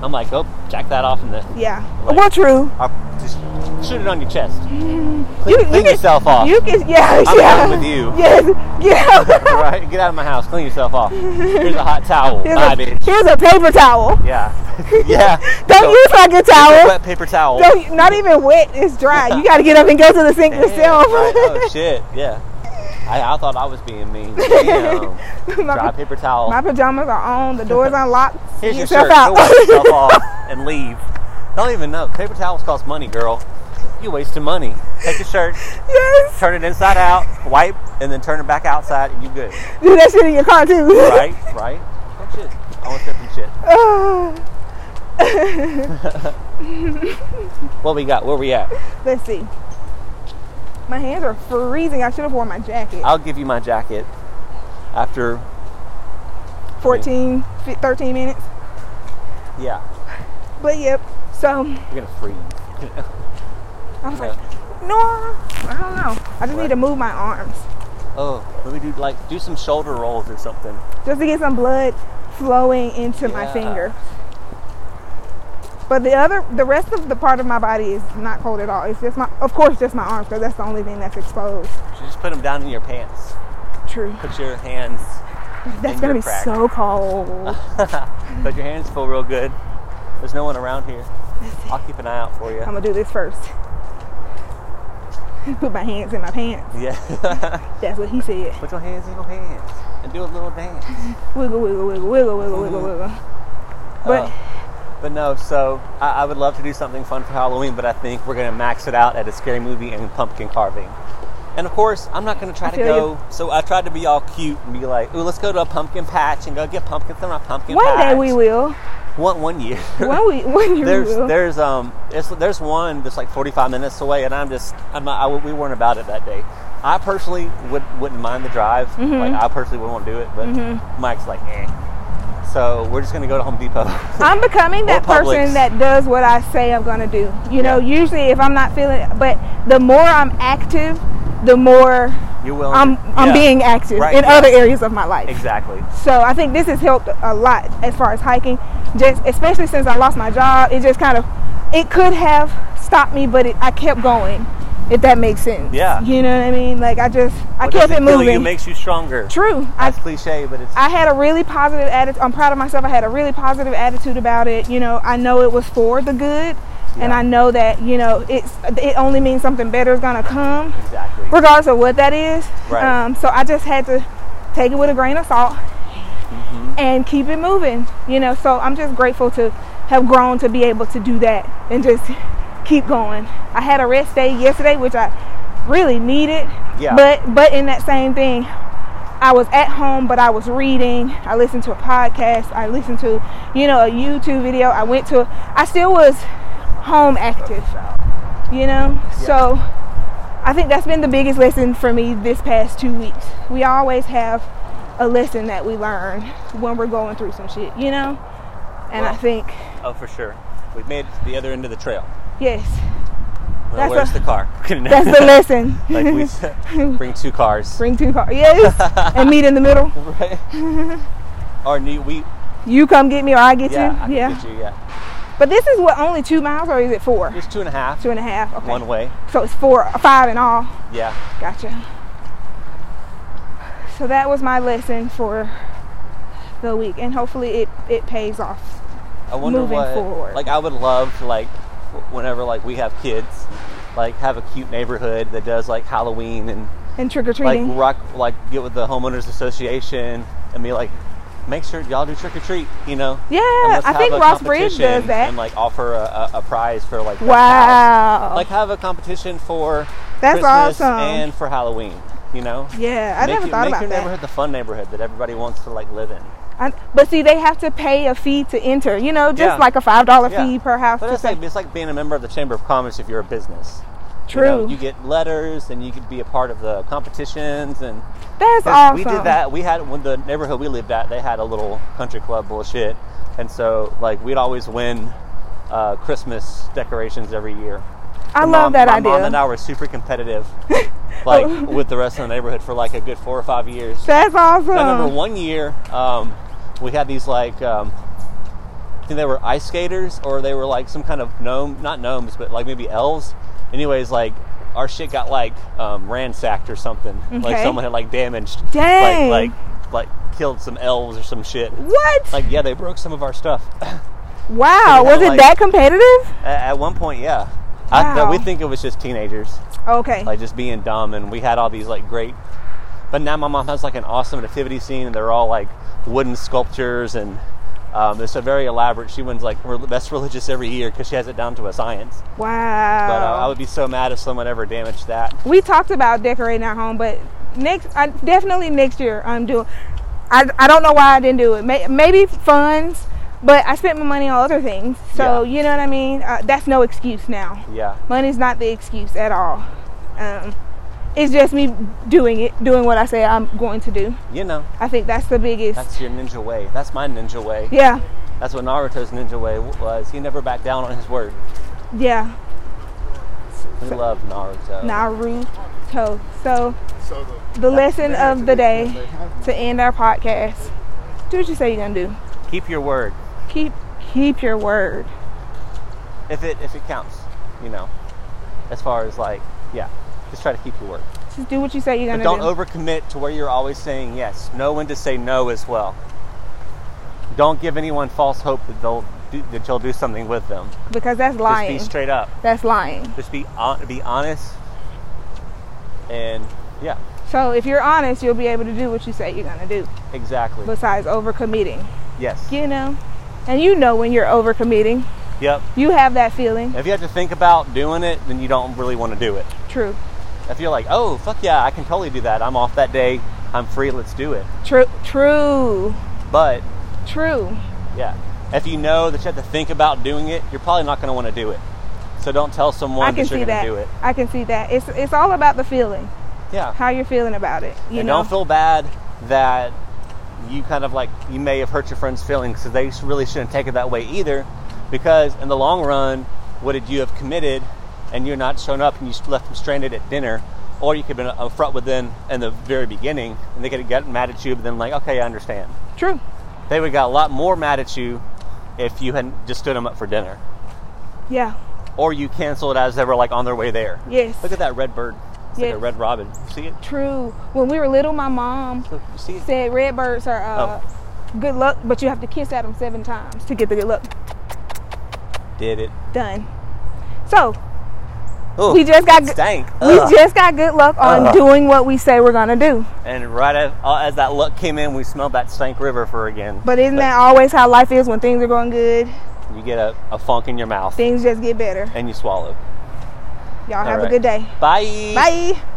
S1: I'm like, oh, jack that off and then
S2: Yeah.
S1: Like-
S2: well, true.
S1: or just shoot it on your chest. Clean,
S2: You- you
S1: clean
S2: can-
S1: yourself off.
S2: You can. Yeah.
S1: I'm
S2: yeah.
S1: done with you.
S2: Yes. Yeah.
S1: All right, get out of my house. Clean yourself off. Here's a hot towel.
S2: here's,
S1: Bye,
S2: a,
S1: bitch.
S2: here's a paper towel.
S1: Yeah, yeah.
S2: Don't
S1: So,
S2: use like a
S1: a
S2: towel.
S1: wet paper towel.
S2: Don't, not even wet. It's dry. You got to get up and go to the sink
S1: Damn,
S2: yourself.
S1: right. Oh shit. Yeah. I, I thought I was being mean. Damn. Dry
S2: my,
S1: paper towel.
S2: my pajamas are on. The door's unlocked.
S1: Here's
S2: Get
S1: your shirt. Go wash yourself off and leave. Don't even know. Paper towels cost money, girl. You wasting money. Take your shirt,
S2: yes.
S1: turn it inside out, wipe, and then turn it back outside, and you good.
S2: Do that shit in your car too.
S1: Right? right? Oh shit. I want to some shit.
S2: Ah.
S1: What we got? Where we at?
S2: Let's see. My hands are freezing. I should have worn my jacket.
S1: I'll give you my jacket after.
S2: 14, fi- 13 minutes.
S1: Yeah,
S2: But yep. So
S1: you're gonna freeze.
S2: I was like, no, I don't know. I just need to move my arms
S1: oh, let me do like do some shoulder rolls or something.
S2: just to get some blood flowing into my
S1: Yeah.
S2: finger. But the other, the rest of the part of my body is not cold at all. It's just my, of course, just my arms because that's the only thing that's exposed.
S1: You should just put them down in your pants.
S2: True.
S1: Put your hands. Finger
S2: That's gonna be
S1: crack.
S2: so cold.
S1: but your hands feel real good. There's no one around here. I'll keep an eye out for you.
S2: I'm gonna do this first. Put my hands in my pants.
S1: Yeah.
S2: That's what he said.
S1: Put your hands in your hands and do a little dance.
S2: Wiggle, wiggle, wiggle, wiggle, wiggle, wiggle, wiggle. But
S1: Mm-hmm. Uh, but no, so I, I would love to do something fun for Halloween, but I think we're gonna max it out at a scary movie and pumpkin carving. And of course, I'm not gonna try
S2: I
S1: to
S2: feel
S1: go. So I tried to be all cute and be like, "Ooh, let's go to a pumpkin patch and go get pumpkins from a pumpkin
S2: one
S1: patch."
S2: day we will.
S1: One one year.
S2: One we, one year
S1: there's
S2: we will.
S1: there's um it's, there's one that's like 45 minutes away, and I'm just I'm not, I, we weren't about it that day. I personally would wouldn't mind the drive.
S2: Mm-hmm.
S1: Like I personally wouldn't want to do it, but Mike's like, eh. So we're just gonna go to Home Depot.
S2: I'm becoming that
S1: Or Publix.
S2: person that does what I say I'm gonna do. You know,
S1: Yeah.
S2: usually if I'm not feeling, but the more I'm active, the more
S1: You're willing.
S2: I'm
S1: to-
S2: I'm
S1: yeah,
S2: being active
S1: Right,
S2: in
S1: yeah.
S2: other areas of my life.
S1: exactly.
S2: So I think this has helped a lot as far as hiking. Just especially since I lost my job, it just kind of it could have stopped me, but it, I kept going. If that makes sense.
S1: Yeah.
S2: You know what I mean? Like I just I
S1: What
S2: kept
S1: doesn't
S2: it
S1: kill
S2: moving.
S1: You makes you stronger.
S2: True. I
S1: That's cliche, but it's
S2: I had a really positive attitude. I'm proud of myself. I had a really positive attitude about it. You know, I know it was for the good, and
S1: Yeah.
S2: I know that you know it's it only means something better is gonna come,
S1: exactly.
S2: regardless of what that is.
S1: Right.
S2: Um, so I just had to take it with a grain of salt
S1: Mm-hmm.
S2: and keep it moving. You know, so I'm just grateful to have grown to be able to do that and just keep going. I had a rest day yesterday, which I really needed.
S1: Yeah.
S2: But but in that same thing, I was at home, but I was reading. I listened to a podcast. I listened to, you know, a YouTube video. I went to. I still was home active, you know. So I think that's been the biggest lesson for me this past two weeks. We always have a lesson that we learn when we're going through some shit, you know. And I
S1: Well.
S2: think
S1: oh, for sure. We've made it to the other end of the trail.
S2: yes,
S1: Well,
S2: That's
S1: where's
S2: a-
S1: the car?
S2: that's the lesson.
S1: like we s- bring two cars.
S2: Bring two cars, yes, and meet in the middle.
S1: Right. or new we
S2: You come get me, or I get
S1: yeah I
S2: you.
S1: can
S2: yeah.
S1: get you yeah.
S2: But this is what only two miles, or is it four?
S1: It's two and a half.
S2: Two and a half. Okay.
S1: One way.
S2: So it's four, five in all.
S1: Yeah.
S2: Gotcha. So that was my lesson for the week, and hopefully it it pays off.
S1: I wonder
S2: Moving
S1: what.
S2: forward.
S1: Like I would love to like, w- whenever like we have kids, like have a cute neighborhood that does like Halloween and
S2: And trick or
S1: like
S2: treating.
S1: rock like get with the homeowners association and be like, make sure y'all do trick or treat. You know.
S2: yeah,
S1: And let's
S2: I
S1: have
S2: think
S1: a
S2: Ross Bridge does
S1: competition
S2: that.
S1: And like offer a, a, a prize for like. best house.
S2: wow.
S1: Like have a competition for.
S2: That's
S1: Christmas
S2: awesome.
S1: And for Halloween, you know.
S2: yeah, I
S1: make
S2: never
S1: it-
S2: thought
S1: make
S2: about
S1: your
S2: that.
S1: neighborhood the fun neighborhood that everybody wants to like live in.
S2: I, but see, they have to pay a fee to enter. You know, just
S1: Yeah.
S2: like a five dollar
S1: Yeah.
S2: fee per house.
S1: But
S2: to
S1: it's like
S2: say-
S1: it's like being a member of the Chamber of Commerce if you're a business. You,
S2: True.
S1: know, you get letters, and you could be a part of the competitions, and
S2: That's
S1: 'cause
S2: awesome.
S1: we did that. We had when the neighborhood we lived at, they had a little country club bullshit, and so like we'd always win uh, Christmas decorations every year.
S2: I
S1: My
S2: love
S1: mom-
S2: that
S1: my
S2: idea. Oh.
S1: mom and I were super competitive, like with the rest of the neighborhood for like a good four or five years.
S2: That's awesome.
S1: I remember one year um, we had these like um, I think they were ice skaters or they were like some kind of gnome, not gnomes, but like maybe elves. Anyways, like our shit got like um, ransacked or something. Like
S2: Okay.
S1: someone had like damaged,
S2: Dang.
S1: like like like killed some elves or some shit.
S2: What?
S1: Like yeah, they broke some of our stuff. at,
S2: wow.
S1: we had,
S2: Was it
S1: like-
S2: that competitive?
S1: at one point, yeah. I, but
S2: Wow.
S1: we think it was just teenagers
S2: Okay.
S1: like just being dumb and we had all these like great but now my mom has like an awesome nativity scene and they're all like wooden sculptures and um, it's a very elaborate she wins like re- best religious every year because she has it down to a science
S2: wow.
S1: but uh,
S2: Oh.
S1: i would be so mad if someone ever damaged that
S2: we talked about decorating our home, but next, I, definitely next year, I'm doing. I, I don't know why I didn't do it. May, maybe funds, but I spent my money on other things. So
S1: Yeah.
S2: you know what I mean. Uh, that's no excuse now.
S1: yeah
S2: Money's not the excuse at all. Um, it's just me doing it, doing what I say I'm going to do.
S1: you know
S2: I think that's the biggest.
S1: that's your ninja way that's my ninja way
S2: yeah,
S1: that's what naruto's ninja way w- was he never backed down on his word
S2: yeah.
S1: we love naruto
S2: Naruto. So
S3: So the,
S2: the lesson of the day
S3: Have,
S2: to end our podcast. Do what you say you're gonna do.
S1: keep your word
S2: Keep keep your word.
S1: if it if it counts you know as far as like yeah just try to keep your word
S2: Just do what you say you're
S1: But
S2: gonna
S1: don't
S2: do.
S1: overcommit to where you're always saying yes. Know when to say no as well. Don't give anyone false hope that they'll do, that you'll do something with them.
S2: because that's lying.
S1: Just be straight up.
S2: That's lying.
S1: Just be on, be honest. And yeah,
S2: So if you're honest, you'll be able to do what you say you're gonna do.
S1: exactly.
S2: Besides overcommitting,
S1: yes.
S2: you know, and you know when you're overcommitting,
S1: Yep.
S2: you have that feeling.
S1: If you have to think about doing it, then you don't really want to do it.
S2: True.
S1: If you're like, oh fuck yeah, I can totally do that. I'm off that day. I'm free. Let's do it.
S2: True. True.
S1: But
S2: True.
S1: yeah, if you know that you have to think about doing it, you're probably not going to want to do it. So don't tell
S2: I
S1: someone
S2: can
S1: that you're
S2: see
S1: going to
S2: that.
S1: do it.
S2: I can see that. It's it's all about the feeling,
S1: Yeah.
S2: how you're feeling about it. You
S1: and
S2: know.
S1: don't feel bad that you kind of like you may have hurt your friend's feelings because they really shouldn't take it that way either because in the long run what did you have committed and you're not shown up and you left them stranded at dinner or you could have been upfront with them in the very beginning and they could have gotten mad at you but then like okay i understand
S2: True.
S1: they would have got a lot more mad at you if you hadn't just stood them up for dinner
S2: Yeah.
S1: or you canceled as they were like on their way there
S2: Yes.
S1: look at that red bird it's like
S2: Yes.
S1: a red robin see it
S2: True. When we were little, my mom
S1: see it
S2: said redbirds are uh,
S1: Oh.
S2: good luck, but you have to kiss at them seven times to get the good luck
S1: did it
S2: done. So
S1: Ooh,
S2: we just got
S1: it
S2: good,
S1: stank.
S2: we
S1: Ugh.
S2: just got good luck on
S1: Ugh.
S2: doing what we say we're gonna do.
S1: And right as, uh, as that luck came in, we smelled that stank river for again.
S2: But isn't that always how life is? When things are going good,
S1: You get a, a funk in your mouth
S2: things just get better.
S1: and you swallow.
S2: Y'all have
S1: Alright.
S2: a good day.
S1: Bye.
S2: Bye.